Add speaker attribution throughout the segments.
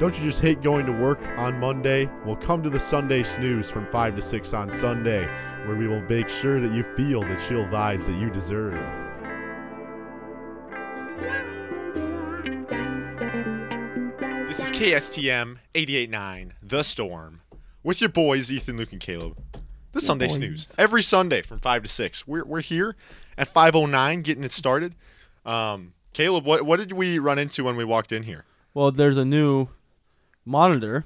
Speaker 1: Don't you just hate going to work on Monday? Well, come to the Sunday snooze from 5 to 6 on Sunday, where we will make sure that you feel the chill vibes that you deserve.
Speaker 2: This is KSTM 889, The Storm, with your boys, Ethan, Luke, and Caleb. The Sunday Snooze. Every Sunday from 5 to 6. We're, we're here at 509 getting it started. Um, Caleb, what, what did we run into when we walked in here?
Speaker 3: Well, there's a new monitor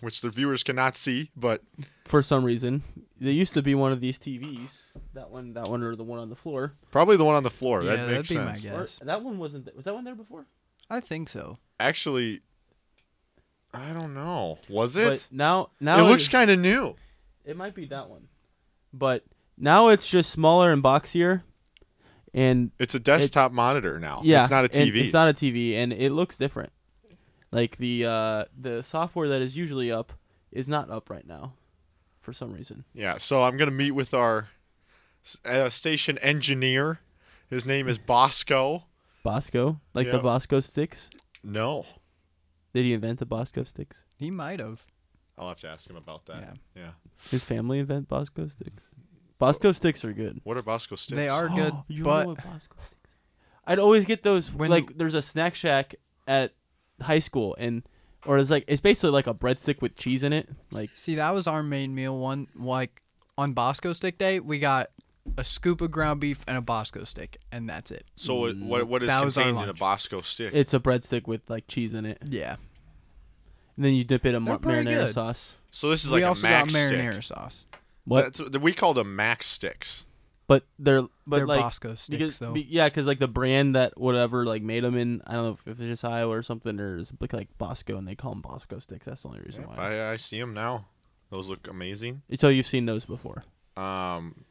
Speaker 2: Which the viewers cannot see, but
Speaker 3: for some reason. There used to be one of these TVs. That one, that one, or the one on the floor.
Speaker 2: probably the one on the floor.
Speaker 4: yeah,
Speaker 2: that
Speaker 4: that'd
Speaker 2: makes
Speaker 4: be
Speaker 2: sense.
Speaker 4: my
Speaker 3: Or-
Speaker 4: guess.
Speaker 3: that one wasn't. Th- was that one there before?
Speaker 4: I think so.
Speaker 2: Actually, I don't know. Was
Speaker 3: But
Speaker 2: it?
Speaker 3: now, now
Speaker 2: it looks kind of new.
Speaker 3: It might be that one, but now it's just smaller and boxier, and
Speaker 2: It's a desktop monitor now.
Speaker 3: yeah,
Speaker 2: Oh, It's not a
Speaker 3: and
Speaker 2: TV.
Speaker 3: It's not a TV, and it looks different. Like the uh, the software that is usually up is not up right now, for some reason.
Speaker 2: Yeah, so I'm gonna meet with our uh, station engineer. His name is Bosco.
Speaker 3: Bosco, like the
Speaker 2: Yeah.
Speaker 3: Bosco sticks.
Speaker 2: No,
Speaker 3: Did he invent the Bosco sticks?
Speaker 4: He might have.
Speaker 2: I'll have to ask him about that. Yeah.
Speaker 3: His family invent Bosco sticks. Bosco sticks are good.
Speaker 2: What are Bosco sticks?
Speaker 4: They are good,
Speaker 3: Oh. you
Speaker 4: but
Speaker 3: know what Bosco sticks are. I'd always get those
Speaker 4: When
Speaker 3: like
Speaker 4: you-
Speaker 3: there's a snack shack at high school and or it's like it's basically like a breadstick with cheese in it. Like
Speaker 4: see, that was our main meal. One like on Bosco Stick Day, we got a scoop of ground beef and a Bosco stick, and that's it.
Speaker 2: So it- what what is
Speaker 4: That was our
Speaker 2: contained in a
Speaker 4: lunch.
Speaker 2: Bosco stick?
Speaker 3: it's a breadstick with like cheese in it.
Speaker 4: Yeah.
Speaker 3: And then you dip it in mar-
Speaker 4: They're pretty
Speaker 3: marinara
Speaker 4: good.
Speaker 3: sauce.
Speaker 2: so this is
Speaker 4: we
Speaker 2: like
Speaker 4: also
Speaker 2: a max
Speaker 4: got
Speaker 2: stick.
Speaker 4: marinara sauce.
Speaker 3: What?
Speaker 2: That's- we call them max sticks.
Speaker 3: but they're but
Speaker 4: They're
Speaker 3: like
Speaker 4: Bosco sticks
Speaker 3: because,
Speaker 4: though.
Speaker 3: be- yeah, cuz like the brand that whatever like made them in I don't know if it's just Iowa or something or it's like, like Bosco and they call them Bosco sticks. That's the only reason why.
Speaker 2: I, I see them now. Those look amazing.
Speaker 3: So you've seen those before.
Speaker 2: Um,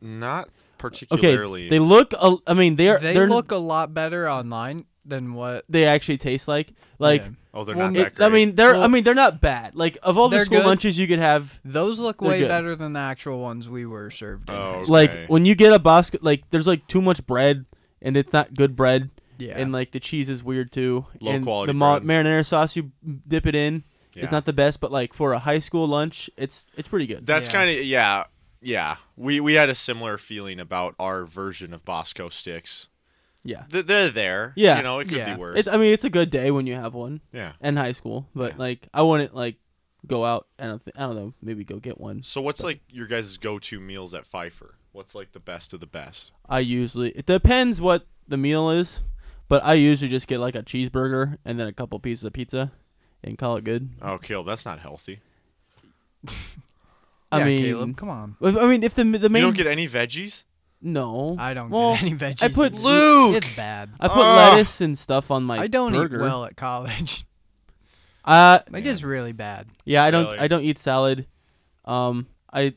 Speaker 2: not
Speaker 3: Okay,
Speaker 2: particularly.
Speaker 3: they look. al- I mean, they're
Speaker 4: they
Speaker 3: they're
Speaker 4: look a lot better online than what
Speaker 3: they actually taste like. Like
Speaker 4: Yeah.
Speaker 2: oh, they're
Speaker 4: well,
Speaker 2: not
Speaker 3: it-
Speaker 2: that great.
Speaker 3: I mean, they're I
Speaker 4: Well-
Speaker 3: mean they're not bad. Like of all the
Speaker 4: They're
Speaker 3: school
Speaker 4: good.
Speaker 3: lunches you could have,
Speaker 4: those look
Speaker 3: They're
Speaker 4: way
Speaker 3: good.
Speaker 4: better than the actual ones we were served. in
Speaker 2: Oh,
Speaker 4: high
Speaker 2: okay.
Speaker 4: school.
Speaker 3: like when you get a Bosco, like there's like too much bread and it's not good bread,
Speaker 4: yeah,
Speaker 3: and like the cheese is weird too.
Speaker 2: Low
Speaker 3: and
Speaker 2: quality
Speaker 3: The ma-
Speaker 2: bread.
Speaker 3: marinara sauce you dip it in,
Speaker 2: Yeah.
Speaker 3: it's not the best, but like for a high school lunch, it's it's pretty good.
Speaker 2: That's
Speaker 4: Yeah.
Speaker 2: kind of yeah, yeah. We we had a similar feeling about our version of Bosco sticks.
Speaker 3: yeah,
Speaker 2: Th- They're there.
Speaker 3: Yeah. uh,
Speaker 2: you know it could
Speaker 4: Yeah.
Speaker 2: be worse.
Speaker 3: it's I mean it's a good day when you have one
Speaker 2: yeah.
Speaker 3: in high school, but
Speaker 2: Yeah.
Speaker 3: like I wouldn't like go out and I don't, thi- I don't know maybe go get one.
Speaker 2: So what's like your guys' go-to meals at Pfeiffer? What's like the best of the best?
Speaker 3: I usually it depends what the meal is, but I usually just get like a cheeseburger and then a couple pieces of pizza and call it good.
Speaker 2: Oh, Caleb, that's not healthy.
Speaker 3: I
Speaker 4: yeah,
Speaker 3: mean,
Speaker 4: Caleb, come on.
Speaker 3: if- I mean if the the main
Speaker 2: you don't get any veggies.
Speaker 3: no,
Speaker 4: I don't
Speaker 3: Well,
Speaker 4: get any veggies.
Speaker 3: I put
Speaker 4: in-
Speaker 2: Luke!
Speaker 4: It's bad.
Speaker 3: I put
Speaker 2: Ugh.
Speaker 3: lettuce and stuff on my
Speaker 4: I don't
Speaker 3: burger.
Speaker 4: eat well at college.
Speaker 3: Uh
Speaker 4: Like
Speaker 2: Yeah.
Speaker 4: it's really bad.
Speaker 3: yeah, I don't
Speaker 2: Really?
Speaker 3: I don't eat salad. Um I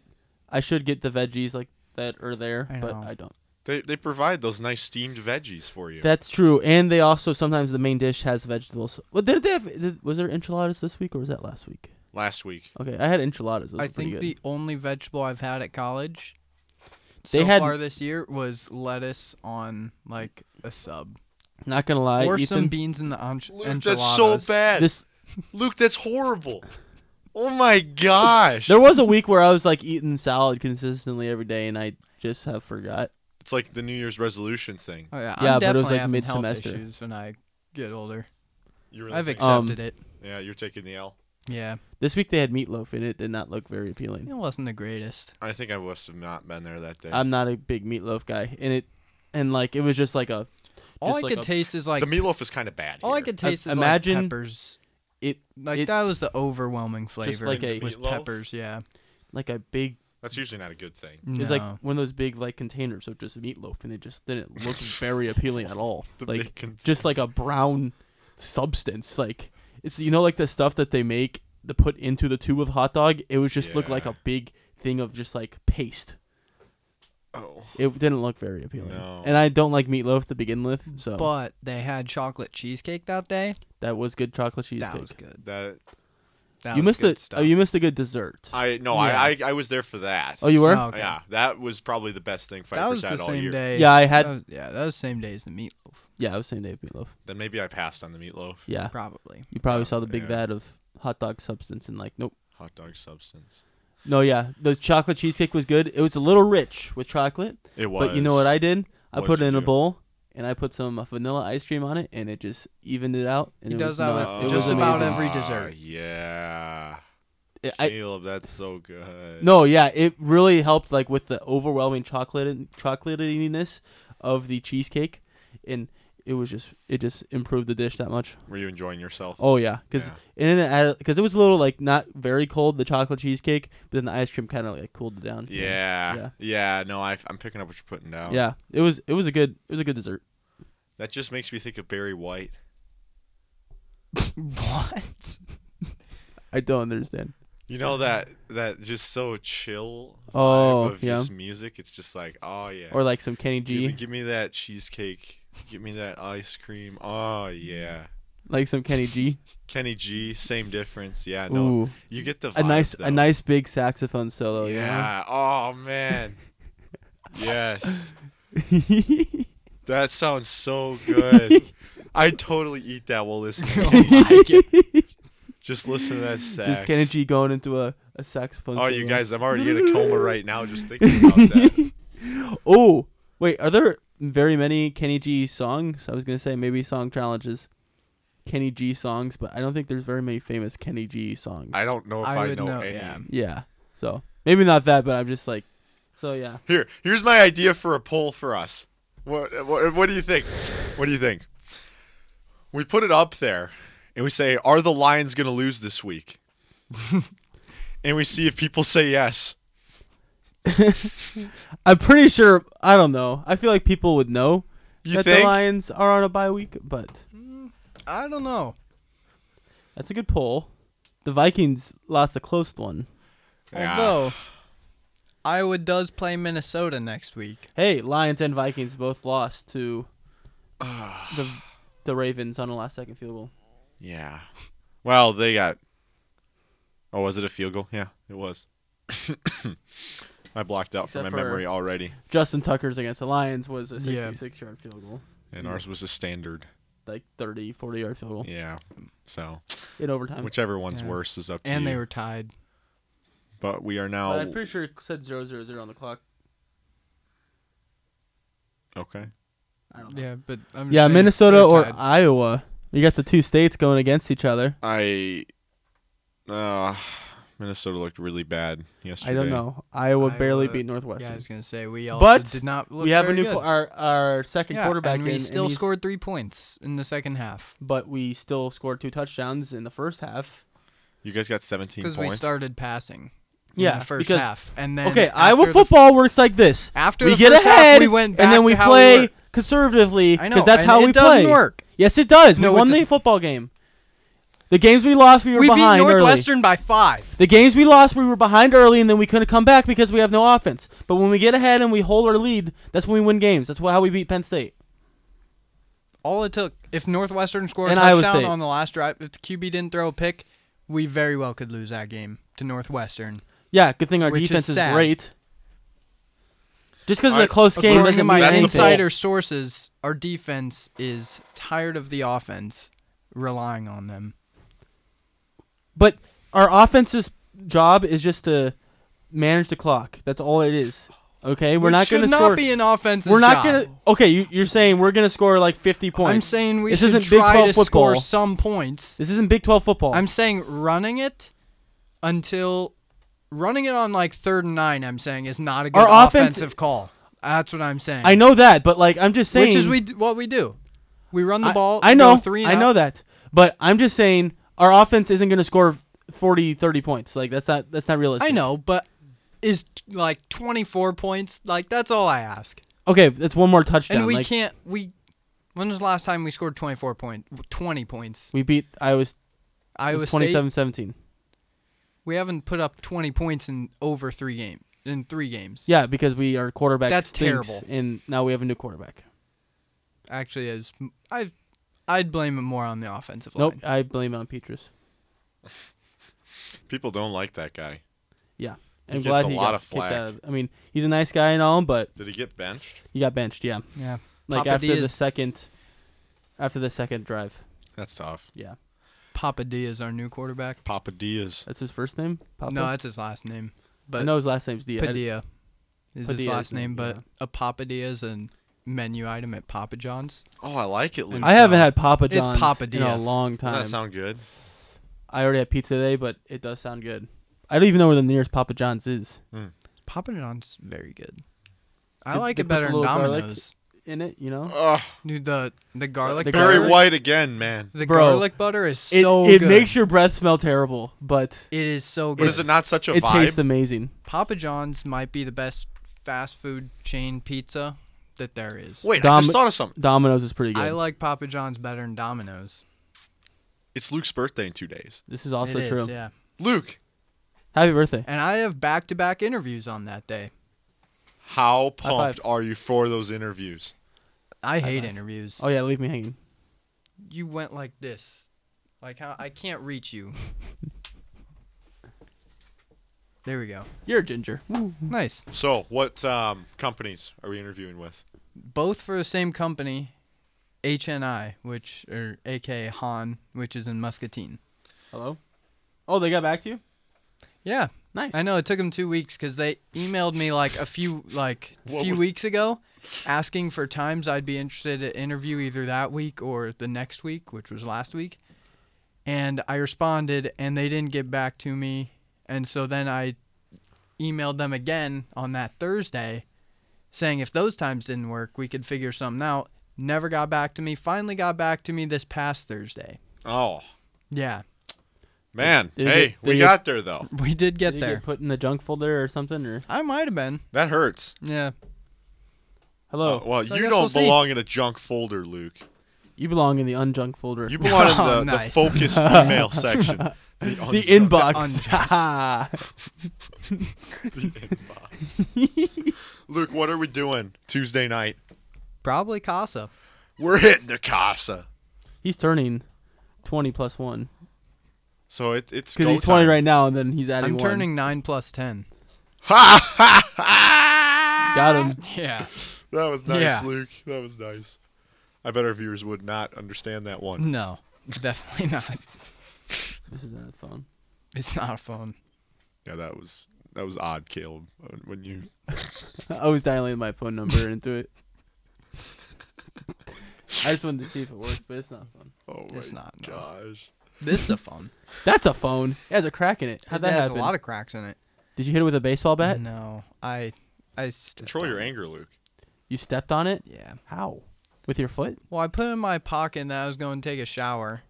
Speaker 3: I should get the veggies like that are there,
Speaker 4: I
Speaker 3: but
Speaker 4: know.
Speaker 3: I don't.
Speaker 2: They they provide those nice steamed veggies for you.
Speaker 3: That's true. And they also sometimes the main dish has vegetables. Well, did they have did, was there enchiladas this week or was that last week?
Speaker 2: Last week,
Speaker 3: Okay, I had enchiladas. Those
Speaker 4: I
Speaker 3: were pretty
Speaker 4: think
Speaker 3: good.
Speaker 4: the only vegetable I've had at college
Speaker 3: They
Speaker 4: so
Speaker 3: had-
Speaker 4: far this year was lettuce on like a sub
Speaker 3: Not gonna lie,
Speaker 4: or
Speaker 3: Ethan,
Speaker 4: some beans in the ench-
Speaker 2: Luke, that's
Speaker 4: enchiladas.
Speaker 2: so bad.
Speaker 3: this
Speaker 2: Luke, that's horrible. Oh my gosh.
Speaker 3: there was a week where I was like eating salad consistently every day, and I just have forgot.
Speaker 2: it's like the New Year's resolution thing.
Speaker 4: Oh,
Speaker 3: Yeah,
Speaker 4: yeah, I'm
Speaker 3: but it was,
Speaker 4: definitely
Speaker 3: like,
Speaker 4: having health
Speaker 3: mid-semester.
Speaker 4: issues when I get older.
Speaker 2: You really
Speaker 4: I've
Speaker 2: think-
Speaker 3: Um,
Speaker 4: accepted it.
Speaker 2: yeah, you're taking the L.
Speaker 4: Yeah,
Speaker 3: This week they had meatloaf, and it did not look very appealing.
Speaker 4: it wasn't the greatest.
Speaker 2: I think I must have not been there that day.
Speaker 3: I'm not a big meatloaf guy, and it, and like it was just like a,
Speaker 4: All
Speaker 3: Just
Speaker 4: I
Speaker 3: like
Speaker 4: could
Speaker 3: a-
Speaker 4: taste is like
Speaker 2: the meatloaf is kind of bad.
Speaker 4: all I
Speaker 2: here.
Speaker 4: could taste is
Speaker 3: imagine-
Speaker 4: like peppers.
Speaker 3: it
Speaker 4: Like
Speaker 3: it-
Speaker 4: that was the overwhelming flavor.
Speaker 3: like a-
Speaker 4: was
Speaker 2: Meatloaf?
Speaker 4: peppers. Yeah,
Speaker 3: like a big.
Speaker 2: That's usually not a good thing.
Speaker 4: no.
Speaker 3: It's like one of those big like containers of just meatloaf, and it just didn't look very appealing at all.
Speaker 2: The
Speaker 3: like
Speaker 2: big con-
Speaker 3: just like a brown substance, like it's you know like the stuff that they make to put into the tube of hot dog. It was just look like
Speaker 2: Yeah.
Speaker 3: a big thing of just like paste.
Speaker 2: oh.
Speaker 3: It didn't look very appealing.
Speaker 2: No.
Speaker 3: And I don't like meatloaf to begin with, so
Speaker 4: but they had chocolate cheesecake that day.
Speaker 3: that was good chocolate cheesecake.
Speaker 4: That was good.
Speaker 2: That
Speaker 4: That
Speaker 3: you
Speaker 4: was
Speaker 3: missed
Speaker 4: good
Speaker 3: a
Speaker 4: Stuff.
Speaker 3: oh, you missed a good dessert.
Speaker 2: I no,
Speaker 4: Yeah.
Speaker 2: I, I I was there for that.
Speaker 3: oh, you were?
Speaker 4: Oh, okay.
Speaker 2: Yeah, that was probably the best thing Fight
Speaker 4: that
Speaker 2: for
Speaker 4: was
Speaker 2: had
Speaker 4: the
Speaker 2: all
Speaker 4: same
Speaker 2: year.
Speaker 4: day.
Speaker 3: Yeah, I had-
Speaker 4: that was- yeah, that was the same day as the meatloaf,
Speaker 3: Yeah, it was same day of meatloaf.
Speaker 2: Then maybe I passed on the meatloaf.
Speaker 3: Yeah,
Speaker 4: probably.
Speaker 3: you probably
Speaker 2: Yeah,
Speaker 3: saw the big
Speaker 2: yeah.
Speaker 3: vat of hot dog substance and like nope.
Speaker 2: Hot dog substance.
Speaker 3: No, yeah, the chocolate cheesecake was good. It was a little rich with chocolate,
Speaker 2: It was.
Speaker 3: but you know what I did? I
Speaker 2: What'd
Speaker 3: put it
Speaker 2: you
Speaker 3: in a
Speaker 2: do?
Speaker 3: bowl and I put some vanilla ice cream on it, and it just evened it out. And
Speaker 4: He
Speaker 3: it
Speaker 4: does
Speaker 3: was
Speaker 4: that with
Speaker 3: not- it was
Speaker 4: just about
Speaker 3: amazing.
Speaker 4: every
Speaker 2: Ah,
Speaker 4: dessert.
Speaker 2: Oh, Yeah.
Speaker 3: It- I-
Speaker 2: Caleb, that's so good.
Speaker 3: No, yeah, it really helped like with the overwhelming chocolate and chocolatiness of the cheesecake, and it was just it just improved the dish that much.
Speaker 2: Were you enjoying yourself?
Speaker 3: Oh yeah, because
Speaker 2: Yeah.
Speaker 3: and then because it was a little like not very cold the chocolate cheesecake, but then the ice cream kind of like cooled it down.
Speaker 2: Yeah.
Speaker 3: Yeah.
Speaker 2: Yeah. no, I, I'm picking up what you're putting down.
Speaker 3: yeah, it was it was a good it was a good dessert.
Speaker 2: That just makes me think of Barry White.
Speaker 4: What?
Speaker 3: I don't understand.
Speaker 2: You know that that just so chill vibe
Speaker 3: Oh,
Speaker 2: of
Speaker 3: yeah.
Speaker 2: just music. It's just like, oh yeah.
Speaker 3: Or like some Kenny
Speaker 2: give, me,
Speaker 3: G,
Speaker 2: give me that cheesecake. Give me that ice cream. Oh yeah.
Speaker 3: like some Kenny G.
Speaker 2: Kenny G, same difference. Yeah, no.
Speaker 3: Ooh,
Speaker 2: You get the
Speaker 3: a
Speaker 2: vibe,
Speaker 3: nice
Speaker 2: though.
Speaker 3: a nice big saxophone solo. you know?
Speaker 2: Yeah. Oh man. yes. That sounds so good. I totally eat that while listening. to Kenny G. Just listen to that sax.
Speaker 3: just Kenny G going into a a saxophone.
Speaker 2: Oh, you
Speaker 3: solo.
Speaker 2: guys, I'm already in a coma right now just thinking about that.
Speaker 3: Oh, wait, are there very many Kenny G songs? I was going to say maybe song challenges. Kenny G songs, but I don't think there's very many famous Kenny G songs.
Speaker 2: I don't know if
Speaker 4: I
Speaker 2: I,
Speaker 4: would
Speaker 2: know,
Speaker 4: know,
Speaker 2: any.
Speaker 4: yeah.
Speaker 3: Yeah. So, maybe not that, but I'm just like So, yeah.
Speaker 2: Here, here's my idea for a poll for us. What, what, what do you think? What do you think? We put it up there, and we say, "Are the Lions going to lose this week?" and we see if people say yes.
Speaker 3: I'm pretty sure I don't know. I feel like people would know
Speaker 2: You
Speaker 3: that
Speaker 2: think?
Speaker 3: the Lions are on a bye week, but
Speaker 4: I don't know.
Speaker 3: that's a good poll. The Vikings lost a close one.
Speaker 2: Yeah.
Speaker 4: Although Iowa does play Minnesota next week.
Speaker 3: Hey, Lions and Vikings both lost to the the Ravens on a last second field goal.
Speaker 2: Yeah. Well, they got. Oh, was it a field goal? Yeah, it was. I blocked out from
Speaker 3: Except
Speaker 2: my
Speaker 3: for-
Speaker 2: memory already,
Speaker 3: Justin Tucker's against the Lions was a
Speaker 4: Yeah.
Speaker 3: 66 yard field goal,
Speaker 2: and ours was a standard.
Speaker 3: like 30, 40 yard field goal
Speaker 2: Yeah. So
Speaker 3: in overtime.
Speaker 2: whichever one's
Speaker 4: Yeah.
Speaker 2: worse is up to
Speaker 4: And
Speaker 2: you.
Speaker 4: they were tied.
Speaker 2: but we are
Speaker 3: But
Speaker 2: now
Speaker 3: I'm pretty sure it said 0 0 0 on the clock.
Speaker 2: okay.
Speaker 3: I don't know.
Speaker 4: Yeah, but I'm just
Speaker 3: Yeah,
Speaker 4: saying
Speaker 3: Minnesota
Speaker 4: they're
Speaker 3: or
Speaker 4: tied.
Speaker 3: Iowa. You got the two states going against each other.
Speaker 2: I uh Minnesota looked really bad yesterday.
Speaker 3: I don't know. Iowa, barely
Speaker 4: Iowa-
Speaker 3: beat
Speaker 4: Yeah, I
Speaker 3: Northwestern.
Speaker 4: was gonna say we also
Speaker 3: But
Speaker 4: did not look
Speaker 3: we have a
Speaker 4: very
Speaker 3: new
Speaker 4: good.
Speaker 3: qu- our our second
Speaker 4: yeah,
Speaker 3: quarterback
Speaker 4: and we
Speaker 3: in, and
Speaker 4: still
Speaker 3: he's-
Speaker 4: scored three points in the second half
Speaker 3: but we still scored two touchdowns in the first half.
Speaker 2: You guys got 17
Speaker 4: because
Speaker 2: points.
Speaker 4: we started passing.
Speaker 3: Yeah,
Speaker 4: in the first
Speaker 3: because-
Speaker 4: half, and then
Speaker 3: Okay,
Speaker 4: after
Speaker 3: Iowa
Speaker 4: the-
Speaker 3: football works like this.
Speaker 4: After
Speaker 3: we
Speaker 4: the
Speaker 3: get
Speaker 4: first half,
Speaker 3: ahead,
Speaker 4: we went
Speaker 3: and
Speaker 4: back
Speaker 3: then we
Speaker 4: to how we
Speaker 3: play
Speaker 4: were.
Speaker 3: conservatively
Speaker 4: I
Speaker 3: because
Speaker 4: know,
Speaker 3: that's
Speaker 4: and
Speaker 3: how
Speaker 4: it
Speaker 3: we
Speaker 4: doesn't
Speaker 3: play.
Speaker 4: work.
Speaker 3: Yes, it does.
Speaker 4: No,
Speaker 3: we
Speaker 4: it
Speaker 3: won the
Speaker 4: doesn't.
Speaker 3: football game. The games we lost, we were
Speaker 4: we beat
Speaker 3: behind early.
Speaker 4: Northwestern by five.
Speaker 3: The games we lost, we were behind early, and then we couldn't come back because we have no offense. But when we get ahead and we hold our lead, that's when we win games. That's wh- how we beat Penn State.
Speaker 4: All it took if Northwestern scored
Speaker 3: And
Speaker 4: a
Speaker 3: Iowa
Speaker 4: touchdown
Speaker 3: State.
Speaker 4: on the last drive, if the QB didn't throw a pick, we very well could lose that game to Northwestern.
Speaker 3: Yeah, good thing our
Speaker 4: Which is
Speaker 3: defense is,
Speaker 4: sad.
Speaker 3: great. Just because it's a
Speaker 2: I-
Speaker 3: close game
Speaker 4: According to
Speaker 3: doesn't
Speaker 4: my
Speaker 3: mean
Speaker 2: that's the
Speaker 3: anything.
Speaker 2: side-
Speaker 4: insider sources, our defense is tired of the offense relying on them.
Speaker 3: But our offense's job is just to manage the clock. That's all it is. Okay, we're
Speaker 4: Which
Speaker 3: not
Speaker 4: should
Speaker 3: going to
Speaker 4: not
Speaker 3: score.
Speaker 4: be an offensive.
Speaker 3: we're not going to. Okay, you, you're saying we're going to score like 50 points.
Speaker 4: I'm saying we
Speaker 3: this
Speaker 4: should
Speaker 3: isn't
Speaker 4: try
Speaker 3: Big 12
Speaker 4: to
Speaker 3: football.
Speaker 4: score some points.
Speaker 3: This isn't Big 12 football.
Speaker 4: I'm saying running it until running it on like third and nine. I'm saying is not a good
Speaker 3: Our offense-
Speaker 4: offensive call. That's what I'm saying.
Speaker 3: I know that, but like I'm just saying.
Speaker 4: which is we d- what we do. We run the
Speaker 3: I-
Speaker 4: ball.
Speaker 3: I,
Speaker 4: we go
Speaker 3: know.
Speaker 4: Three. and
Speaker 3: I know
Speaker 4: out.
Speaker 3: that. But I'm just saying our offense isn't going to score 40 30 points. Like that's not that's not realistic.
Speaker 4: I know, but is t- like 24 points. Like that's all I ask.
Speaker 3: Okay, that's one more touchdown.
Speaker 4: And we
Speaker 3: like,
Speaker 4: can't. We. When was the last time we scored 24 point, 20 points?
Speaker 3: we beat Iowa, S- it
Speaker 4: Iowa
Speaker 3: was
Speaker 4: State.
Speaker 3: 27-17.
Speaker 4: We haven't put up 20 points in over three game in three games.
Speaker 3: Yeah, because we our quarterback
Speaker 4: That's
Speaker 3: stinks,
Speaker 4: terrible.
Speaker 3: and now we have a new quarterback.
Speaker 4: Actually, as I, I'd blame it more on the offensive
Speaker 3: Nope,
Speaker 4: line.
Speaker 3: I blame it on Petrus.
Speaker 2: People don't like that guy.
Speaker 3: Yeah, I'm
Speaker 2: gets
Speaker 3: glad
Speaker 2: a
Speaker 3: he
Speaker 2: lot
Speaker 3: got
Speaker 2: of
Speaker 3: kicked
Speaker 2: flack.
Speaker 3: out of. I mean, he's a nice guy and all, but
Speaker 2: Did he get benched?
Speaker 3: he got benched. Yeah,
Speaker 4: Yeah.
Speaker 3: like
Speaker 4: Papa
Speaker 3: after
Speaker 4: D
Speaker 3: the
Speaker 4: is-
Speaker 3: second, after the second drive.
Speaker 2: That's tough.
Speaker 3: Yeah,
Speaker 4: Papa D is our new quarterback.
Speaker 2: Papa Diaz.
Speaker 3: that's his first name. Papa?
Speaker 4: No, that's his last name.
Speaker 3: I
Speaker 4: But
Speaker 3: know his last name's Diaz.
Speaker 4: Padilla is his
Speaker 3: Padilla is
Speaker 4: last
Speaker 3: the-
Speaker 4: name, but
Speaker 3: yeah.
Speaker 4: a Papadilla is a menu item at Papa John's.
Speaker 2: Oh, I like it, Luke.
Speaker 3: I haven't had Papa
Speaker 4: It's
Speaker 3: John's
Speaker 4: Papa
Speaker 3: in a
Speaker 4: Dia.
Speaker 3: long
Speaker 2: Does
Speaker 3: time.
Speaker 2: that sound good?
Speaker 3: I already had pizza today, but it does sound good. I don't even know where the nearest Papa John's is
Speaker 4: Papa John's very good. I
Speaker 3: They-
Speaker 4: like
Speaker 3: they
Speaker 4: it
Speaker 3: put
Speaker 4: better
Speaker 3: the
Speaker 4: than
Speaker 3: little garlic-
Speaker 4: Domino's.
Speaker 3: in it. You
Speaker 4: Oh,
Speaker 3: know,
Speaker 2: Ugh,
Speaker 4: Dude, the the garlic
Speaker 3: The
Speaker 2: Barry
Speaker 3: garlic-
Speaker 2: White again, man.
Speaker 4: the
Speaker 3: Bro,
Speaker 4: garlic butter is
Speaker 3: it,
Speaker 4: so
Speaker 3: it
Speaker 4: good.
Speaker 3: makes your breath smell terrible, but
Speaker 4: it is so
Speaker 2: But
Speaker 4: good.
Speaker 2: is it not such a
Speaker 3: it tastes
Speaker 2: vibe?
Speaker 3: amazing.
Speaker 4: Papa John's might be the best fast food chain pizza that there is.
Speaker 2: Wait, I
Speaker 3: Dom-
Speaker 2: just thought of something.
Speaker 3: Domino's is pretty good.
Speaker 4: I like Papa John's better than Domino's.
Speaker 2: It's Luke's birthday in two days.
Speaker 3: this is also
Speaker 4: It is,
Speaker 3: true.
Speaker 4: yeah.
Speaker 2: Luke,
Speaker 3: Happy birthday.
Speaker 4: And I have back to back interviews on that day.
Speaker 2: how
Speaker 3: High
Speaker 2: pumped
Speaker 3: five.
Speaker 2: are you for those interviews?
Speaker 4: I hate
Speaker 3: five.
Speaker 4: interviews.
Speaker 3: Oh yeah, leave me hanging.
Speaker 4: you went like this. Like how I can't reach you. there we go.
Speaker 3: You're a ginger. Woo.
Speaker 4: Nice.
Speaker 2: So, what um, companies are we interviewing with?
Speaker 4: Both for the same company, HNI, which or AK Han, which is in Muscatine.
Speaker 3: Hello. Oh, they got back to you.
Speaker 4: Yeah,
Speaker 3: Nice.
Speaker 4: I know it took them two weeks because they emailed me like a few like
Speaker 2: What
Speaker 4: few
Speaker 2: was-
Speaker 4: weeks ago, asking for times I'd be interested to interview either that week or the next week, which was last week, and I responded and they didn't get back to me, and so then I emailed them again on that Thursday, saying if those times didn't work, we could figure something out. Never got back to me. Finally got back to me this past Thursday.
Speaker 2: Oh,
Speaker 4: Yeah,
Speaker 2: man.
Speaker 3: Did it
Speaker 2: hey,
Speaker 3: get- did
Speaker 2: we
Speaker 3: it get-
Speaker 2: got there, though.
Speaker 4: we did
Speaker 3: Did
Speaker 4: get
Speaker 3: you
Speaker 4: there.
Speaker 3: Get put in the junk folder or something or
Speaker 4: I might have been.
Speaker 2: That hurts.
Speaker 4: Yeah.
Speaker 3: hello.
Speaker 2: Uh, well,
Speaker 4: I
Speaker 2: you
Speaker 4: guess
Speaker 2: don't
Speaker 4: we'll see.
Speaker 2: belong in a junk folder, Luke.
Speaker 3: you belong in the unjunk folder.
Speaker 2: You belong in the,
Speaker 4: Oh,
Speaker 2: the
Speaker 4: nice.
Speaker 2: focused email section. The,
Speaker 3: the
Speaker 2: unjunk-
Speaker 3: inbox.
Speaker 4: The
Speaker 3: Ha
Speaker 2: the inbox. Luke, what are we doing Tuesday night?
Speaker 4: Probably Casa.
Speaker 2: We're hitting the casa.
Speaker 3: he's turning twenty plus one
Speaker 2: So it, it's
Speaker 3: because
Speaker 2: go
Speaker 3: he's twenty
Speaker 2: time.
Speaker 3: right now, and then he's adding
Speaker 4: I'm
Speaker 3: one.
Speaker 4: turning nine plus ten.
Speaker 2: Ha ha ha!
Speaker 3: Got him.
Speaker 4: Yeah.
Speaker 2: Ah! That was nice,
Speaker 4: Yeah.
Speaker 2: Luke. That was nice. I bet our viewers would not understand that one.
Speaker 4: No, definitely not.
Speaker 3: This is on the phone.
Speaker 4: It's not a phone.
Speaker 2: Yeah, that was that was odd, Caleb. When you
Speaker 3: I was dialing my phone number into it. I just wanted to see if it worked, but it's not fun.
Speaker 2: oh my
Speaker 4: It's not, no.
Speaker 2: gosh,
Speaker 4: This is a phone.
Speaker 3: That's a phone. It has a crack in it. How'd
Speaker 4: It
Speaker 3: that
Speaker 4: has
Speaker 3: happen?
Speaker 4: a lot of cracks in it.
Speaker 3: Did you hit it with a baseball bat?
Speaker 4: No, I, I stepped
Speaker 2: control
Speaker 4: on
Speaker 2: your
Speaker 4: it.
Speaker 2: anger, Luke.
Speaker 3: You stepped on it?
Speaker 4: Yeah.
Speaker 3: How? With your foot?
Speaker 4: Well, I put it in my pocket and then I was going to take a shower,